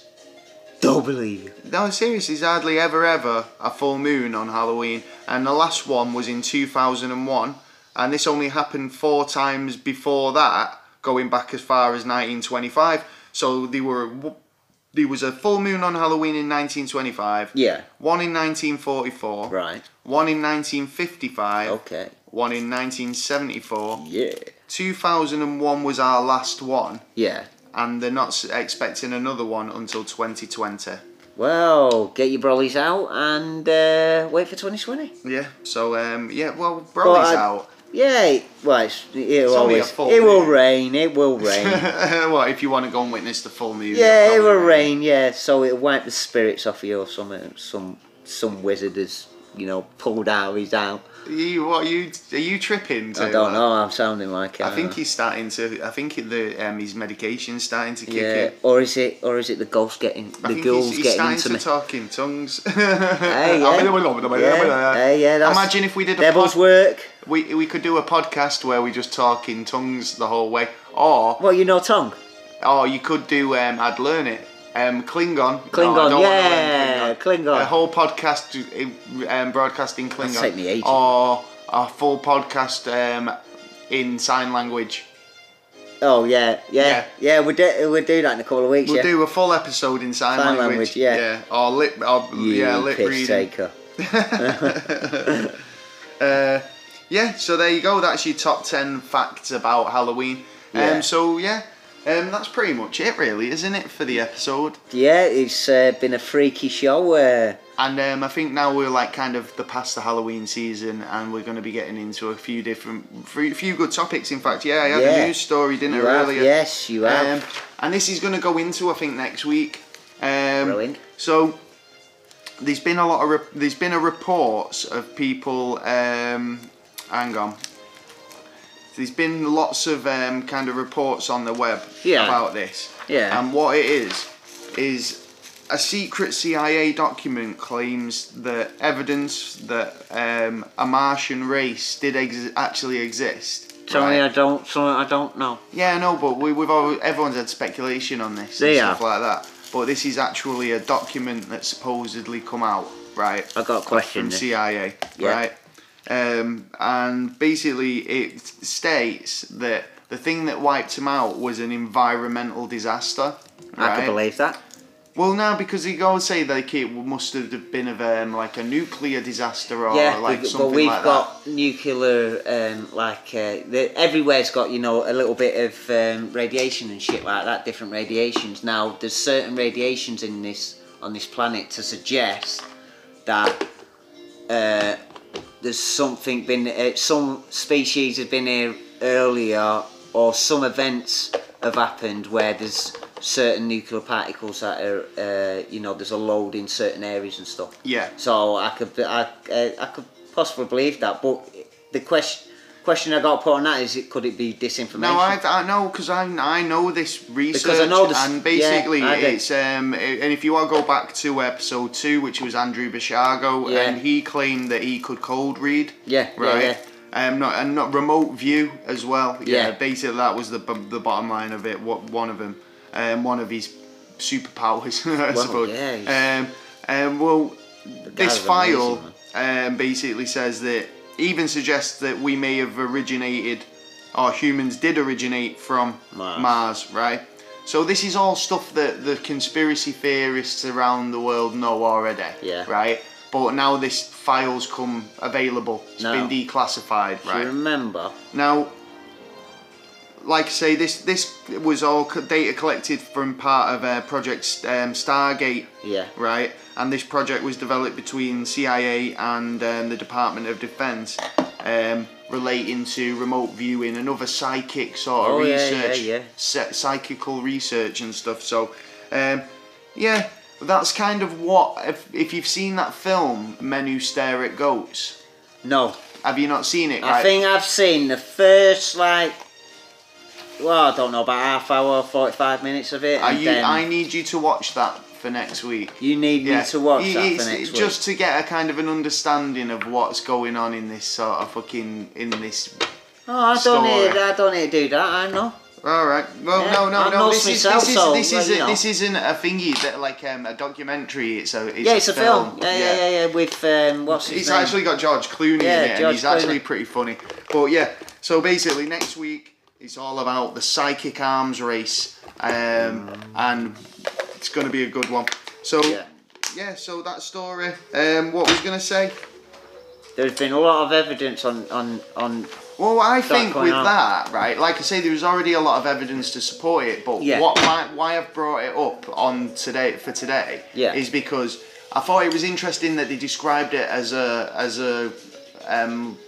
B: Don't believe you.
A: No, seriously, there's hardly ever, ever a full moon on Halloween. And the last one was in 2001. And this only happened four times before that, going back as far as 1925. So they were. There was a full moon on Halloween in 1925,
B: Yeah.
A: one in 1944,
B: Right.
A: one in 1955,
B: Okay.
A: one in 1974.
B: Yeah.
A: 2001 was our last one,
B: Yeah.
A: and they're not s- expecting another one until 2020.
B: Well, get your brollies out and uh, wait for 2020.
A: Yeah. So um, yeah, well,
B: But
A: Broly's
B: I-
A: out.
B: Yeah, it- well, it's, it'll
A: It's only a
B: always,
A: full
B: it will
A: moon.
B: rain, it will rain.
A: well, if you want to go and witness the full movie.
B: yeah, it
A: it'll
B: will
A: probably
B: rain, yeah, so it'll wipe the spirits off of you or some, some, some wizard has, you know, pulled out his arm.
A: You, what are you? Are you tripping?
B: I
A: to
B: don't
A: that?
B: know, Uh. I'm sounding like it.
A: I think he's starting to. I think the um, his medication's starting to kick
B: yeah,
A: in.
B: or is it, or is it the ghost getting,
A: I
B: the
A: think he's,
B: ghouls
A: he's
B: getting
A: starting
B: into
A: to
B: me?
A: talk in tongues.
B: Hey, yeah. yeah. Hey, yeah, that's
A: Imagine if we did a
B: devil's
A: pod-
B: work.
A: We, we could do a podcast where we just talk in tongues the whole way, or
B: Well, you know, tongue.
A: or you could do um, I'd learn it um, Klingon.
B: Klingon,
A: No, I don't wanna learn
B: yeah, Klingon.
A: A whole podcast um, broadcasting Klingon.
B: take me ages.
A: Or a full podcast um, in sign language.
B: Oh yeah,
A: Yeah.
B: yeah, yeah. we'll do we'll do that in a couple of weeks.
A: We'll
B: yeah.
A: do a full episode in sign,
B: Sign language, yeah.
A: Or lip. Or,
B: You
A: yeah, lip
B: Mm, piss
A: reading.
B: taker.
A: Uh, yeah, so there you go. That's your top 10 facts about Halloween.
B: Yeah.
A: Um, so, yeah, um, that's pretty much it, really, isn't it, for the episode?
B: Yeah, it's uh, been a freaky show. Uh,
A: And um, I think now we're like kind of the past the Halloween season, and we're going to be getting into a few different, few few good topics. In fact, yeah, I had
B: Yeah.
A: a news story, didn't
B: you
A: I,
B: have,
A: earlier?
B: yes, you have.
A: Um, and this is going to go into, I think, next week. Um,
B: Brilliant.
A: So there's been a lot of re- there's been a reports of people. Um, hang on. There's been lots of um, kind of reports on the web
B: Yeah.
A: about this.
B: Yeah.
A: And what it is is a secret CIA document claims that evidence that um, a Martian race did ex- actually exist.
B: Sorry,
A: right?
B: I don't. Sorry, I don't know.
A: Yeah, I know, but we, we've all, everyone's had speculation on this and
B: They
A: stuff
B: have.
A: like that. But this is actually a document that supposedly come out, right?
B: I got a question.
A: From
B: then.
A: CIA,
B: Oh, Yeah.
A: right? Um, and basically, it states that the thing that wiped him out was an environmental disaster.
B: I
A: right?
B: can believe that.
A: Well, now because they go and say like it must have been of um, like a nuclear disaster or
B: yeah,
A: like
B: we've-
A: something
B: but we've
A: like that.
B: got nuclear, um, like uh, the, everywhere's got you know a little bit of um, radiation and shit like that. Different radiations. Now there's certain radiations in this on this planet to suggest that uh, there's something been uh, some species have been here earlier, or some events have happened where there's certain nuclear particles that are uh, you know there's a load in certain areas and stuff.
A: Yeah.
B: So I could be- I, uh, I could possibly believe that, but the question question I got put on that is, it could it be disinformation?
A: No, I, I know because I, I know this research
B: I know this-
A: and basically
B: yeah, I do.
A: it's um and if you want to go back to episode two, which was Andrew Bishago,
B: Yeah.
A: and he claimed that he could cold read.
B: Yeah, yeah,
A: right.
B: yeah.
A: Um, not and not remote view as well. Yeah,
B: Yeah.
A: basically that was the b- the bottom line of it. What one of them, um, one of his superpowers, I
B: Well,
A: suppose.
B: yeah, he's-
A: Um, um, well, this
B: guy's amazing,
A: file um, basically says that even suggests that we may have originated, or humans did originate from Mars,
B: Mars.
A: right? So this is all stuff that the conspiracy theorists around the world know already,
B: Yeah.
A: right? But now this file's come available. It's
B: No.
A: been declassified,
B: Do you
A: right?
B: remember?
A: Now, like I say, this this was all co- data collected from part of uh, Project um, Stargate
B: Yeah.
A: right? And this project was developed between CIA and um, the Department of Defense, um, relating to remote viewing and other psychic sort of
B: Oh, yeah, yeah,
A: research,
B: yeah.
A: psy- psychical research and stuff. So, um, yeah, that's kind of what if if you've seen that film Men Who Stare at Goats.
B: No.
A: Have you not seen it?
B: I think I've seen the first like, well, I don't know, about half hour, forty five minutes of it.
A: Are
B: and
A: you,
B: then
A: I need you to watch that for next week.
B: you need me to watch
A: It-
B: that
A: it's-
B: for next week.
A: Just to get a kind of an understanding of what's going on in this sort of fucking in this.
B: Oh, I don't need,
A: story.
B: I don't need to do that. I know.
A: All right. Well,
B: Yeah,
A: no, no,
B: I
A: no.
B: know
A: This is
B: myself,
A: this is
B: so,
A: this is
B: well, you know.
A: this isn't a thingy that like um, a documentary. It's a it's
B: yeah,
A: a
B: it's a film. Yeah, yeah, yeah, yeah. With um, what's his
A: It's
B: name?
A: actually got George Clooney
B: Yeah,
A: in it,
B: George
A: and he's
B: Clooney.
A: actually pretty funny. But yeah, so basically next week it's all about the psychic arms race, um, and it's going to be a good one. So
B: Yeah.
A: yeah, so that story. Um, what was going to say?
B: There's been a lot of evidence on on on.
A: Well, I think
B: going
A: with
B: on.
A: that, right, like I say, there was already a lot of evidence to support it, but
B: Yeah.
A: what why, why I've brought it up on today for today
B: Yeah.
A: is because I thought it was interesting that they described it as a as a um,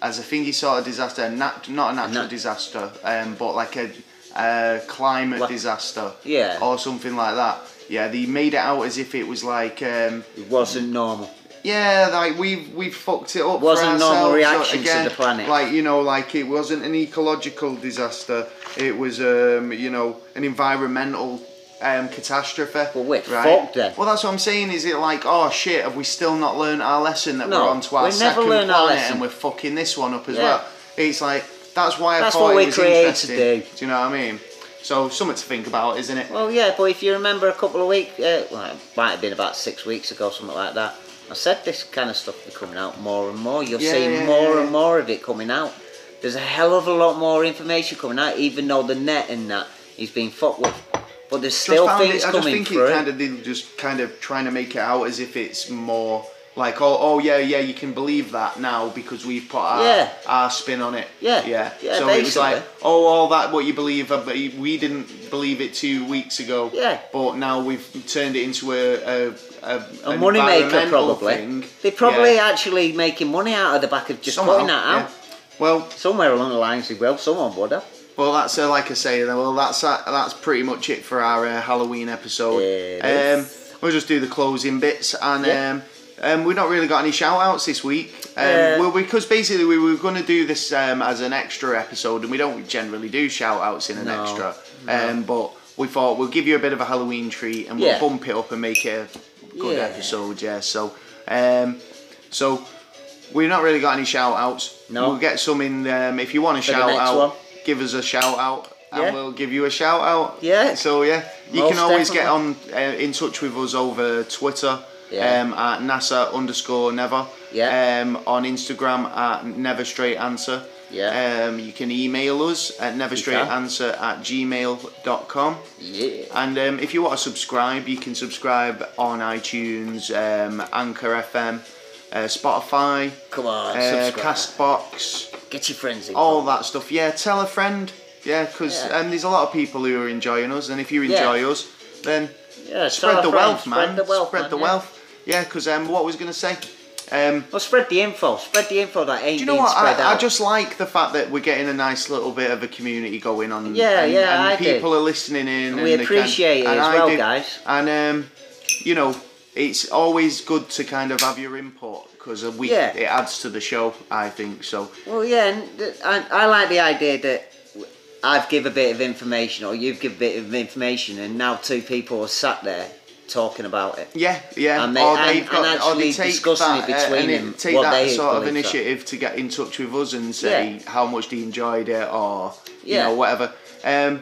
A: as a thingy sort of disaster, a nat- not a natural
B: nat-
A: disaster, um, but like a, a climate
B: Like-
A: disaster,
B: Yeah.
A: or something like that. Yeah, they made it out as if it was like. Um,
B: It wasn't normal.
A: yeah, like we've we've fucked it up.
B: Wasn't
A: for
B: normal
A: ourselves, so
B: reaction to
A: again,
B: the planet.
A: Like you know, like it wasn't an ecological disaster. It was um, you know, an environmental um, catastrophe.
B: Well, we're
A: right?
B: fucked then.
A: Well, that's what I'm saying. Is it like, oh shit, have we still not learned our lesson that
B: No,
A: we're onto our
B: we never
A: second
B: learn
A: planet
B: our lesson.
A: and we're fucking this one up as
B: Yeah.
A: well? It's like that's why I
B: That's
A: thought
B: what we
A: it was
B: created
A: interesting.
B: to do.
A: you know what I mean? So something to think about, isn't it?
B: Well, yeah, but if you remember a couple of weeks, uh, well, it might have been about six weeks ago, something like that. I said this kind of stuff be coming out more and more. You're
A: Yeah,
B: seeing
A: yeah,
B: more
A: yeah,
B: and
A: yeah.
B: more of it coming out. There's a hell of a lot more information coming out, even though the net and that is being fucked with. But there's
A: just
B: still
A: found
B: things
A: it, I just
B: coming
A: think
B: through.
A: it kind of they just kind of trying to make it out as if it's more like oh oh yeah yeah you can believe that now because we've put our,
B: Yeah.
A: our spin on it
B: Yeah.
A: yeah,
B: Yeah,
A: so it was like
B: basically.
A: oh all that what you believe uh, but we didn't believe it two weeks ago
B: Yeah.
A: but now we've turned it into a a, a,
B: a
A: an
B: moneymaker,
A: environmental
B: probably.
A: thing.
B: They're probably
A: Yeah.
B: actually making money out of the back of just
A: Somehow,
B: putting that out.
A: yeah. well
B: Somewhere along the lines, they will. Someone would have.
A: Well, that's uh, like I say. then, Well, that's uh, that's pretty much it for our uh, Halloween episode.
B: It
A: um,
B: is.
A: we'll just do the closing bits, and
B: Yeah.
A: um, um, we've not really got any shout outs this week. Um,
B: Yeah.
A: Well, because basically we were going to do this um, as an extra episode, and we don't generally do shout outs in an
B: No,
A: extra. Um, but we thought we'll give you a bit of a Halloween treat, and
B: Yeah.
A: we'll bump it up and make it a good
B: Yeah.
A: episode. Yeah. So, um, so we've not really got any shout outs.
B: No.
A: We'll get some in. Um, if you want to
B: the
A: shout
B: next
A: out,
B: one.
A: give us a shout out and
B: Yeah.
A: we'll give you a shout out.
B: Yeah.
A: So yeah, you
B: Most
A: can always get on uh, in touch with us over Twitter.
B: Yeah.
A: Um, at NASA underscore never.
B: Yeah.
A: Um, on Instagram at never straight answer.
B: Yeah.
A: Um, you can email us at never straight
B: can.
A: answer at gmail.com.
B: Yeah.
A: And um, if you want to subscribe, you can subscribe on iTunes, um, Anchor FM, uh, Spotify,
B: Come on,
A: uh, Oh,
B: subscribe.
A: Castbox,
B: Get your friends in.
A: all that stuff. Yeah, tell a friend. Yeah, because
B: Yeah.
A: and there's a lot of people who are enjoying us, and if you
B: Yeah.
A: enjoy us, then
B: yeah, tell
A: spread
B: a
A: the
B: friend,
A: wealth, man.
B: Spread the wealth.
A: Spread
B: man,
A: the
B: yeah.
A: wealth. Yeah, because um, what was gonna say? Um,
B: Well, spread the info. Spread the info that ain't
A: do you know
B: being
A: what?
B: spread
A: I, I
B: out.
A: just like the fact that we're getting a nice little bit of a community going on.
B: Yeah,
A: and,
B: yeah,
A: and
B: I do.
A: people are listening in. And,
B: we
A: they can-
B: appreciate it
A: and
B: as
A: I
B: well,
A: do.
B: guys.
A: And um, you know, it's always good to kind of have your input because we
B: Yeah.
A: it adds to the show. I think so.
B: Well, yeah, and th- I, I like the idea that w- I've give a bit of information or you've give a bit of information, and now two people are sat there talking about it.
A: Yeah, yeah.
B: And they-
A: or
B: and-
A: they've
B: and
A: got, or they
B: actually
A: take
B: discussing
A: that,
B: it
A: uh,
B: between
A: and
B: them,
A: take
B: what
A: that
B: they
A: sort of
B: believe, so.
A: initiative to get in touch with us and say
B: Yeah.
A: how much they enjoyed it or
B: Yeah.
A: you know whatever. Um,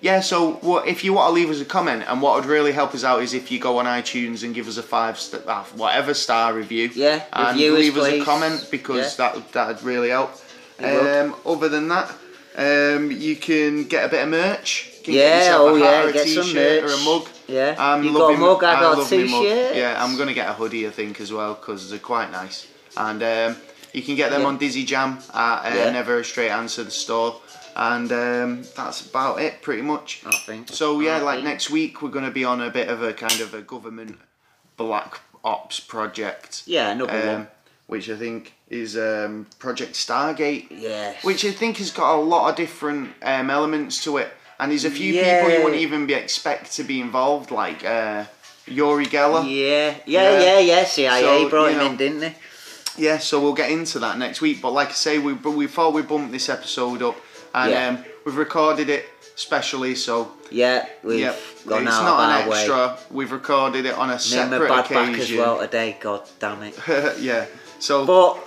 A: yeah, so what, if you want to leave us a comment, and what would really help us out is if you go on iTunes and give us a five star, uh, whatever star review.
B: Yeah,
A: and
B: review us,
A: leave us
B: please.
A: a comment because that that'd really help.
B: would.
A: Um, other than that, um, you can get a bit of merch. You can
B: Yeah,
A: get yourself
B: oh
A: a hat
B: yeah,
A: or a
B: get some
A: t-shirt Or
B: merch.
A: a mug.
B: Yeah.
A: I'm
B: You got a
A: loving,
B: mug, I got a
A: love me mug.
B: t-shirt.
A: Yeah, I'm gonna get a hoodie, I think, as well, because they're quite nice. And um, you can get them
B: Yeah.
A: on Dizzy Jam at uh,
B: Yeah.
A: Never a Straight Answer the store. And um, that's about it, pretty much.
B: I think.
A: So yeah,
B: I
A: like
B: think.
A: next week we're gonna be on a bit of a kind of a government black ops project.
B: Yeah, another
A: Um,
B: one.
A: which I think is um, Project Stargate
B: Yes.
A: which I think has got a lot of different um, elements to it, and there's a few people
B: Yeah.
A: you wouldn't even be expect to be involved, like uh, Yuri Geller.
B: Yeah, yeah, yeah, yeah. CIA
A: So,
B: brought
A: you
B: him
A: know,
B: in, didn't they?
A: yeah, so we'll get into that next week. But like I say, we but we thought we bumped this episode up, and
B: Yeah.
A: um, we've recorded it specially. So
B: Yeah, we've
A: yeah,
B: gone
A: it's
B: out
A: not
B: of
A: an
B: our way.
A: extra. We've recorded it on a
B: Me and my
A: separate
B: bad back as
A: occasion.
B: well today. God damn it!
A: yeah. So
B: But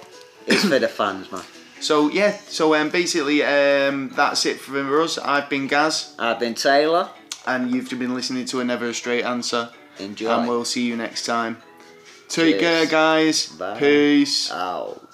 B: it's for the fans, man.
A: so yeah. So um, basically, um, that's it for us. I've been Gaz,
B: I've been Taylor.
A: and you've been listening to a Never a Straight Answer.
B: Enjoy.
A: And we'll see you next time. Take
B: Cheers.
A: care, guys.
B: Bye.
A: Peace.
B: Out.